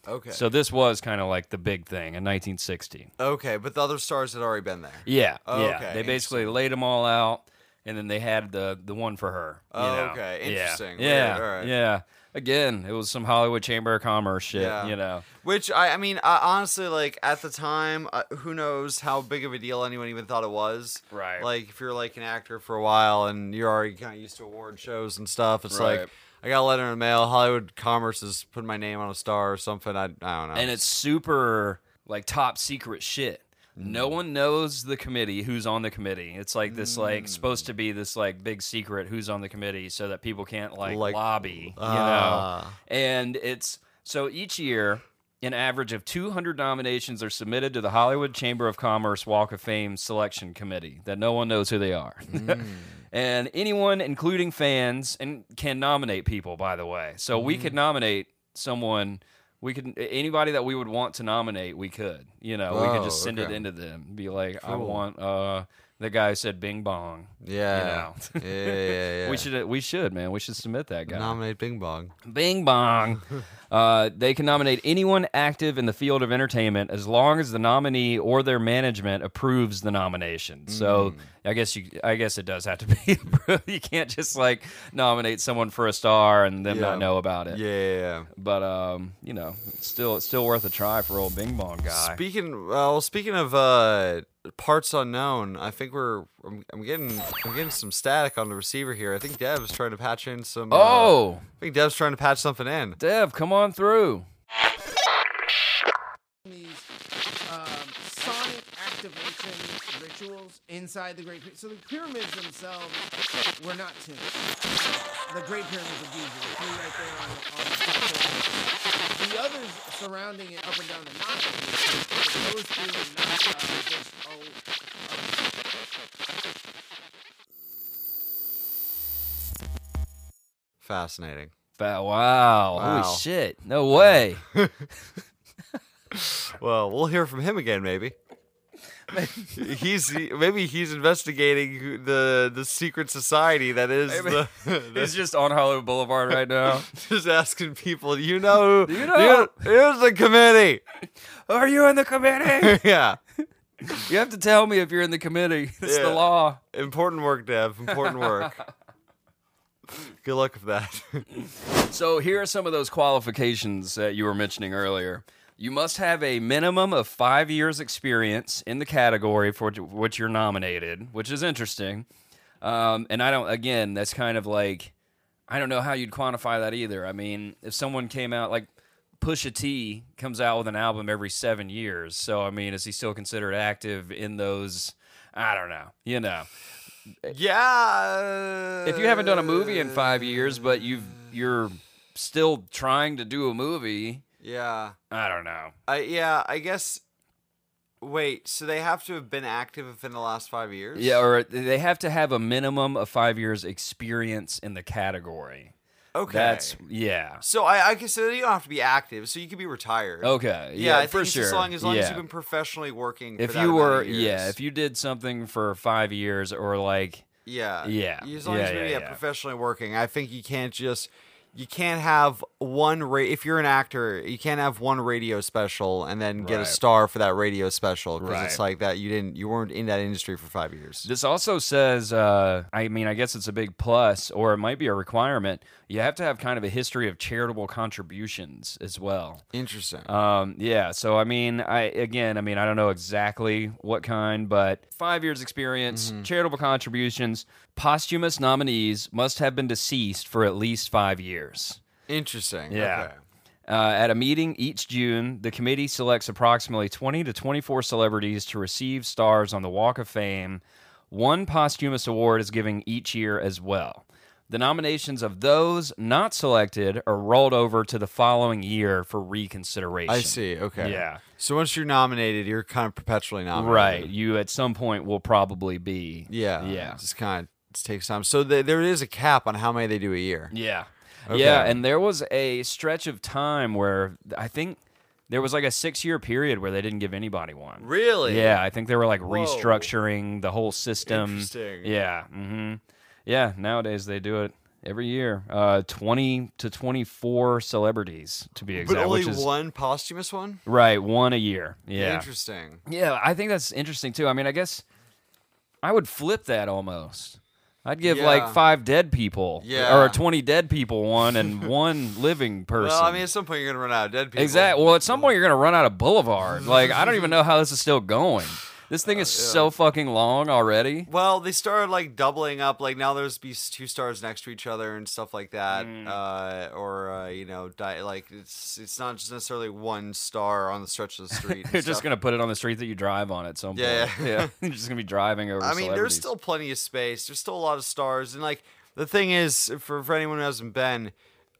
E: Okay.
D: So this was kind of like the big thing in 1960.
E: okay, but the other stars had already been there.
D: Yeah,
E: Oh,
D: yeah.
E: okay,
D: They basically laid them all out, and then they had the the one for her. you
E: Oh,
D: know?
E: okay,
D: Yeah,
E: interesting, weird,
D: Yeah,
E: alright.
D: yeah. Again, it was some Hollywood Chamber of Commerce shit.
E: Yeah.
D: You know,
E: Which I, I mean, I, honestly, like at the time, uh, who knows how big of a deal anyone even thought it was.
D: Right.
E: Like if you're like an actor for a while and you're already kind of used to award shows and stuff, it's like
D: Right.
E: I got a letter in the mail. Hollywood Commerce is putting my name on a star or something. I, I don't know.
D: and it's super like top secret shit.
E: Mm-hmm.
D: No one knows the committee who's on the committee. It's like this
E: Mm.
D: like supposed to be this like big secret who's on the committee so that people can't like,
E: Like-
D: lobby. You know.
E: Ah.
D: And it's so each year, an average of 200 nominations are submitted to the
E: Mm.
D: Hollywood Chamber of Commerce Walk of Fame Selection Committee that no one knows who they are. and anyone, including fans, and can nominate people. By the way, so we
E: Mm.
D: could nominate someone. We could anybody that we would want to nominate. We could, you know, we could just
E: Oh,
D: send
E: okay.
D: it into them. Be like, I
E: Cool.
D: want uh, the guy who said Bing Bong.
E: Yeah.
D: You know.
E: yeah, yeah, yeah, yeah.
D: We should, we should, man. We should submit that guy.
E: nominate Bing Bong.
D: Bing bong. Uh, they can nominate anyone active in the field of entertainment as long as the nominee or their management approves the nomination. So I guess you, I guess it does have to be. approved. you can't just like nominate someone for a star and them
E: Yeah.
D: not know about it.
E: Yeah, yeah, yeah.
D: But um, you know, it's still, it's still worth a try for old Bing Bong guy.
E: Speaking well, speaking of uh, parts unknown, I think we're I'm, I'm getting I'm getting some static on the receiver here. I think Dev's trying to patch in some. uh,
D: oh,
E: I think Dev's trying to patch something in.
D: Dev, come on through.
F: these um, sonic activation rituals inside the Great Pyramid. So the pyramids themselves were not tombs. The Great Pyramids of Giza, the three right there on, on the top there. The others surrounding it up and down the Nile, those three were not uh, just oh, uh,
E: Fascinating.
D: Ba- Wow.
E: Wow.
D: Holy shit. No way.
E: Well, we'll hear from him again, maybe. he's he- maybe he's investigating who- the the secret society that is the,
D: He's just on Hollywood Boulevard right now.
E: just asking people. You know, who-
D: you know?"
E: here's the committee.
D: Are you in the committee?
E: yeah,
D: You have to tell me if you're in the committee. It's
E: Yeah.
D: the law.
E: important work, Dev. Important work. Good luck with that.
D: So here are some of those qualifications that you were mentioning earlier. You must have a minimum of five years' experience in the category for which- which you're nominated, which is interesting. Um, and I don't. Again, that's kind of like I don't know how you'd quantify that either. I mean, if someone came out like Pusha T comes out with an album every seven years, so I mean, is he still considered active in those? I don't know. You know.
E: yeah.
D: if you haven't done a movie in five years, but you've you're still trying to do a movie,
E: Yeah.
D: I don't know.
E: I yeah. I guess. Wait. So they have to have been active within the last five years.
D: Yeah, or they have to have a minimum of five years experience in the category.
E: Okay.
D: That's yeah.
E: So I, I guess you don't have to be active. So you could be retired.
D: Okay.
E: Yeah,
D: Oh, Yeah,
E: I think
D: for
E: it's
D: sure.
E: As long as, long
D: yeah.
E: as you've been professionally working. For
D: if
E: that
D: you
E: amount of
D: were yeah,
E: years.
D: if you did something for five years or like
E: yeah,
D: Yeah,
E: You- As long
D: yeah,
E: as you're
D: yeah,
E: yeah,
D: yeah.
E: professionally working, I think you can't just you can't have one. Ra- if you're an actor, you can't have one radio special and then get a
D: Right.
E: star for that radio special because it's
D: Right.
E: like that you didn't you weren't in that industry for five years.
D: This also says, uh, I mean, I guess it's a big plus, or it might be a requirement. You have to have kind of a history of charitable contributions as well.
E: Interesting.
D: Um, yeah. So I mean, I again, I mean, I don't know exactly what kind, but five years experience,
E: Mm-hmm.
D: charitable contributions, posthumous nominees must have been deceased for at least five years.
E: Interesting.
D: yeah.
E: Okay.
D: Uh, at a meeting each June, the committee selects approximately 20 to 24 celebrities to receive stars on the Walk of Fame. One posthumous award is given each year as well. The nominations of those not selected are rolled over to the following year for reconsideration.
E: I see. Okay.
D: Yeah.
E: So once you're nominated, you're kind of perpetually nominated.
D: Right. You at some point will probably be.
E: Yeah.
D: Yeah.
E: Just kind of takes time. So th- there is a cap on how many they do a year.
D: Yeah.
E: Okay.
D: Yeah. And there was a stretch of time where I think there was like a six year period where they didn't give anybody one.
E: Really?
D: Yeah. I think they were like restructuring the whole system.
E: Interesting.
D: Yeah. hmm Yeah. Nowadays they do it every year. Uh, 20 to 24 celebrities to be
E: But
D: exact.
E: only
D: which is,
E: one posthumous one?
D: Right. One a year. Yeah.
E: Interesting.
D: Yeah, I think that's interesting too. I mean, I guess I would flip that almost. I'd give like
E: Yeah.
D: five dead people,
E: Yeah.
D: or twenty dead people one, and one living person.
E: Well, I mean, at some point you're gonna run out of dead people.
D: exactly. Well, at some point you're gonna run out of boulevard. Like, I don't even know how this is still going. This
E: Oh,
D: thing is so fucking long already.
E: Well, they started like doubling up. Like now, there's be s- two stars next to each other and stuff like that. Uh, or uh, you know, di- like it's it's not just necessarily one star on the stretch of the street. and
D: You're just
E: stuff.
D: gonna put it on the street that you drive on at some
E: Yeah,
D: point.
E: yeah.
D: you're just gonna be driving over.
E: I mean, there's
D: celebrities.
E: still plenty of space. There's still a lot of stars, and like the thing is, for for anyone who hasn't been,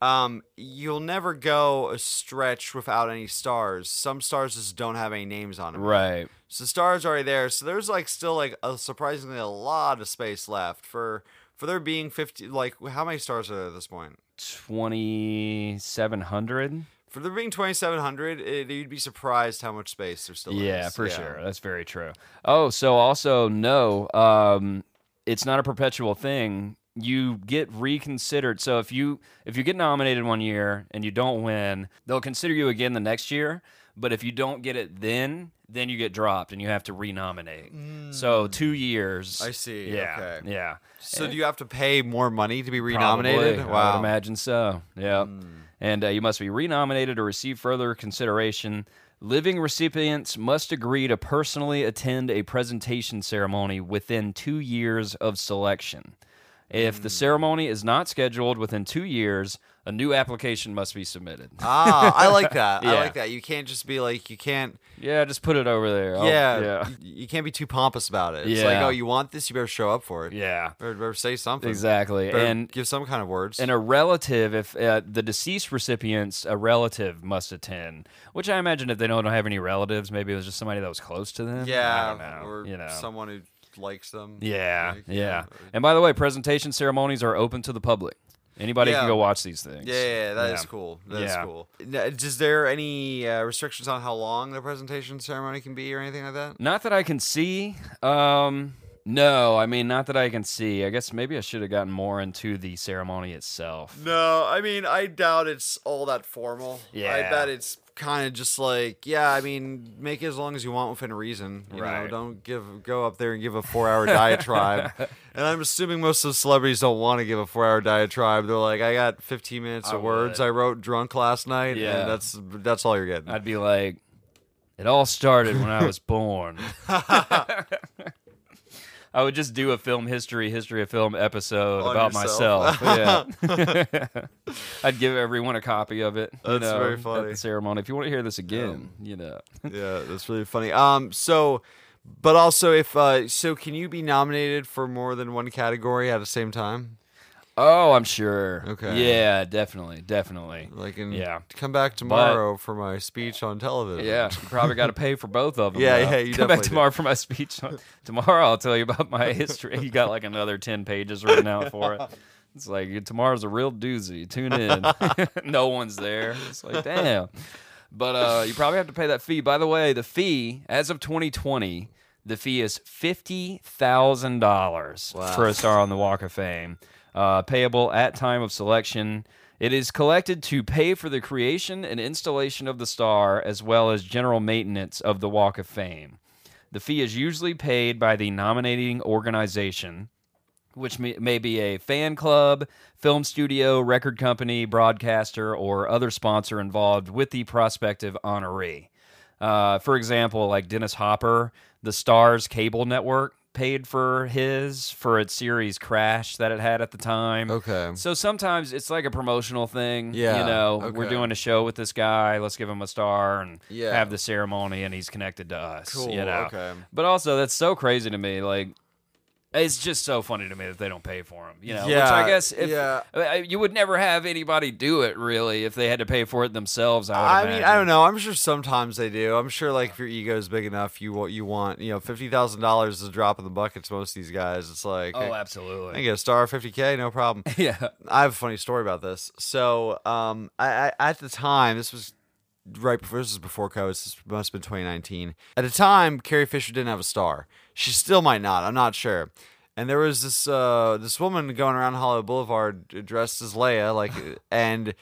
E: um, you'll never go a stretch without any stars. Some stars just don't have any names on them.
D: right.
E: So stars already there. So there's like still like a surprisingly a lot of space left for for there being 50 like how many stars are there at this point?
D: 2700
E: For there being 2700, it, you'd be surprised how much space there still is.
D: yeah for sure that's very true oh so also no um it's not a perpetual thing you get reconsidered so if you if you get nominated one year and you don't win they'll consider you again the next year but if you don't get it then then you get dropped and you have to renominate so two years
E: Mm. I see,
D: yeah
E: okay.
D: yeah
E: So do you have to pay more money to be
D: Eh. Probably.
E: renominated?
D: I would
E: Wow. Hmm.
D: imagine so. Yeah. And uh, you must be renominated or receive further consideration. Living recipients must agree to personally attend a presentation ceremony within two years of selection. If the
E: Hmm.
D: ceremony is not scheduled within two years, a new application must be submitted.
E: ah, I like that. I
D: Yeah.
E: like that. You can't just be like you can't
D: yeah, just put it over there. I'll-
E: yeah,
D: Oh, yeah.
E: y- You can't be too pompous about it. It's like,
D: Yeah.
E: oh, you want this, you better show up for it.
D: Yeah.
E: Better, better say something.
D: Exactly.
E: Better
D: and
E: give some kind of words.
D: and a relative if uh, the deceased recipient's a relative must attend which i imagine if they don't have any relatives maybe it was just somebody that was close to them I
E: yeah,
D: don't know,
E: or
D: you know
E: someone who likes them.
D: yeah
E: Like,
D: yeah and by the way presentation ceremonies are open to the public anybody
E: Yeah.
D: can go watch these things
E: Yeah, yeah, that is
D: Yeah.
E: cool. That is
D: Yeah.
E: cool. N- Is there any uh, restrictions on how long the presentation ceremony can be or anything like that?
D: not that i can see um no i mean not that i can see i guess maybe i should have gotten more into the ceremony itself
E: No, I mean, I doubt it's all that formal. I
D: Yeah.
E: bet it's kind of just like, yeah, I mean, make it as long as you want within reason. You know,
D: Right.
E: don't give go up there and give a four hour diatribe. And I'm assuming most of the celebrities don't want to give a four hour diatribe. They're like, I got 15 minutes of words I wrote drunk last night,
D: Yeah.
E: and that's that's all you're getting.
D: i'd be like it all started when i was born I would just do a film history, history of film episode
E: On
D: about
E: yourself.
D: myself. Yeah. I'd give everyone a copy of it. you
E: That's
D: know,
E: very
D: At
E: funny.
D: the ceremony. If you want to hear this again, you know.
E: yeah, that's really funny. Um, so, but also if uh, so, can you be nominated for more than one category at the same time?
D: Oh, I'm sure.
E: Okay.
D: Yeah, definitely, definitely.
E: Like, in,
D: Yeah.
E: come back tomorrow for my speech on television.
D: Yeah, you probably got to pay for both of them.
E: Yeah,
D: though.
E: yeah, you
D: come back
E: definitely do.
D: tomorrow for my speech. on- tomorrow I'll tell you about my history. You got like another ten pages written out for it. It's like tomorrow's a real doozy. Tune in. no one's there. It's like damn. But uh, you probably have to pay that fee. By the way, the fee as of 2020, the fee is fifty thousand dollars for a star on the Walk of Fame, uh, payable at time of selection. It is collected to pay for the creation and installation of the star, as well as general maintenance of the Walk of Fame. The fee is usually paid by the nominating organization, which may, may be a fan club, film studio, record company, broadcaster, or other sponsor involved with the prospective honoree. Uh, for example, like Dennis Hopper, the Stars cable network paid for his for its series Crash that it had at the time.
E: Okay.
D: So sometimes it's like a promotional thing.
E: Yeah,
D: You know, we're
E: okay.
D: doing a show with this guy. Let's give him a star and
E: Yeah.
D: have the ceremony, and he's connected to us.
E: Cool,
D: You know?
E: okay.
D: But also, that's so crazy to me. Like, it's just so funny to me that they don't pay for them. You know, which
E: Yeah,
D: I guess if,
E: yeah.
D: I- I- you would never have anybody do it really if they had to pay for it themselves. I,
E: I
D: would
E: mean,
D: imagine.
E: I don't know. I'm sure sometimes they do. I'm sure, like, if your ego is big enough, you what you want, you know, fifty thousand dollars is a drop in the bucket to most of these guys. It's like,
D: Oh,
E: I, I
D: absolutely.
E: get a star, fifty k, no problem.
D: Yeah.
E: I have a funny story about this. So, um, I, I at the time, this was right before this was before COVID. This must have been 2019. At the time, Carrie Fisher didn't have a star. She still might not. I'm not sure. And there was this uh, this woman going around Hollywood Boulevard dressed as Leia, like, and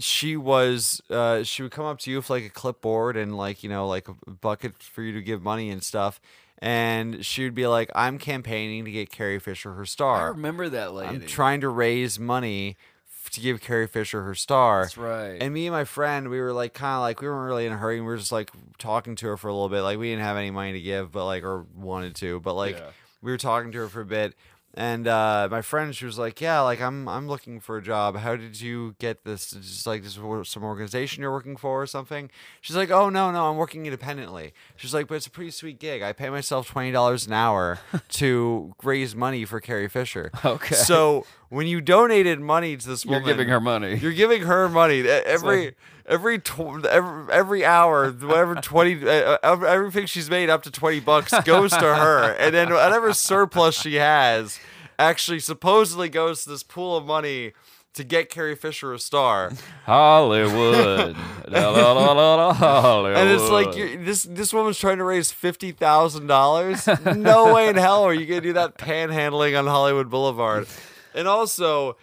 E: she was uh, she would come up to you with like a clipboard and like you know like a bucket for you to give money and stuff. And she would be like, "I'm campaigning to get Carrie Fisher her star."
D: I remember that lady.
E: I'm trying to raise money f- to give Carrie Fisher her star. That's
D: right.
E: And me and my friend, we were like kind of like we weren't really in a hurry. We were just like talking to her for a little bit. Like we didn't have any money to give, but like or wanted to, but like we were talking to her for a bit. And uh, my friend, she was like, "Yeah, like I'm, I'm looking for a job. How did you get this? It's Just like this, wor- some organization you're working for or something?" She's like, "Oh no, no, I'm working independently." She's like, "But it's a pretty sweet gig. I pay myself twenty dollars an hour to raise money for Carrie Fisher."
D: Okay.
E: So when you donated money to this
D: You're
E: woman,
D: giving her money.
E: You're giving her money E- every every, tw- every every hour, whatever twenty, uh, uh, everything she's made up to twenty bucks goes to her, and then whatever surplus she has. actually supposedly goes to this pool of money to get Carrie Fisher a star.
D: Hollywood. La, la, la, la, la, Hollywood.
E: And it's
D: Oh.
E: like you're, this this woman's trying to raise fifty thousand dollars. No way in hell are you gonna do that panhandling on Hollywood Boulevard. And also,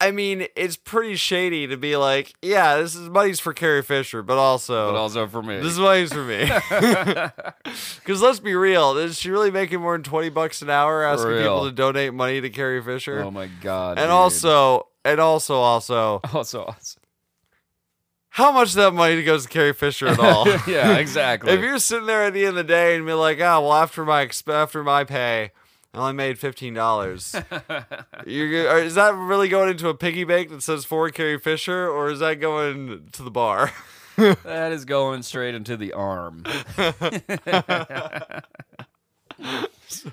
E: I mean, it's pretty shady to be like, yeah, this is money's for Carrie Fisher, but also,
D: but also for me.
E: this is money's for me. Because let's be real, is she really making more than twenty bucks an hour asking people
D: real.
E: to donate money to Carrie Fisher?
D: oh my god.
E: and
D: dude.
E: also, and also, also,
D: also awesome.
E: how much of that money goes to Carrie Fisher at all?
D: yeah, exactly.
E: If you're sitting there at the end of the day and be like, oh, well, after my exp- after my pay, I only made fifteen dollars. you are- is that really going into a piggy bank that says for Carrie Fisher, or is that going to the bar?
D: that is going straight into the arm.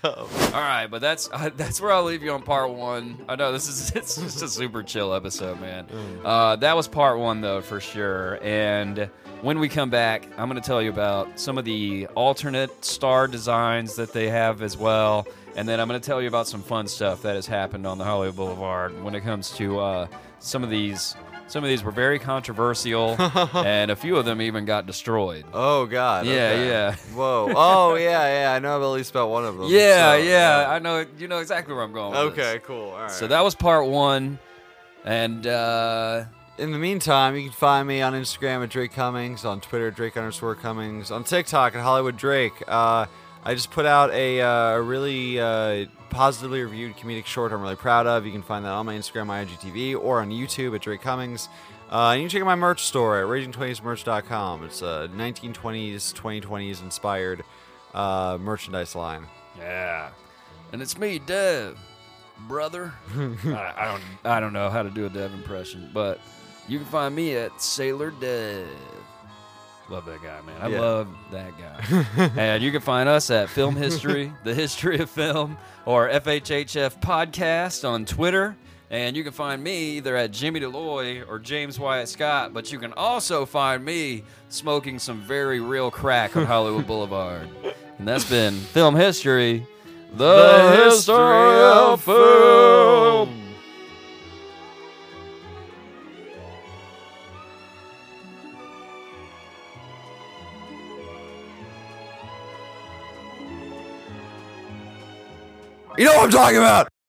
D: All right, but that's uh, that's where I'll leave you on part one. I know this is it's just a super chill episode, man. Uh, that was part one though for sure. And when we come back, I'm gonna tell you about some of the alternate star designs that they have as well, and then I'm gonna tell you about some fun stuff that has happened on the Hollywood Boulevard when it comes to uh, some of these. Some of these were very controversial, and a few of them even got destroyed.
E: Oh God.
D: Yeah,
E: okay.
D: yeah.
E: Whoa. Oh yeah, yeah. I know at least about one of them.
D: Yeah,
E: so,
D: yeah, I know. You know exactly where I'm going. With this.
E: Okay, cool. All right.
D: So that was part one, and uh,
E: In the meantime, you can find me on Instagram at Drake Cummings, on Twitter at Drake underscore Cummings, on TikTok at Hollywood Drake. Uh, I just put out a, uh, a really uh, positively reviewed comedic short I'm really proud of. You can find that on my Instagram, my IGTV, or on YouTube at Drake Cummings. Uh, and you can check out my merch store at raging20smerch.com. It's uh, 1920s, 2020s inspired uh, merchandise line.
B: Yeah.
D: and it's me, Dev, brother.
B: I, I don't.
D: I don't know how to do a Dev impression, but you can find me at Sailor Dev. Love that guy, man. I
E: Yeah.
D: love that guy. and you can find us at Film History, The History of Film, or FHHF Podcast on Twitter. And you can find me either at Jimmy DeLoy or James Wyatt Scott, but you can also find me smoking some very real crack on Hollywood Boulevard. And that's been Film History, The, History of Film.
E: You know what I'm talking about!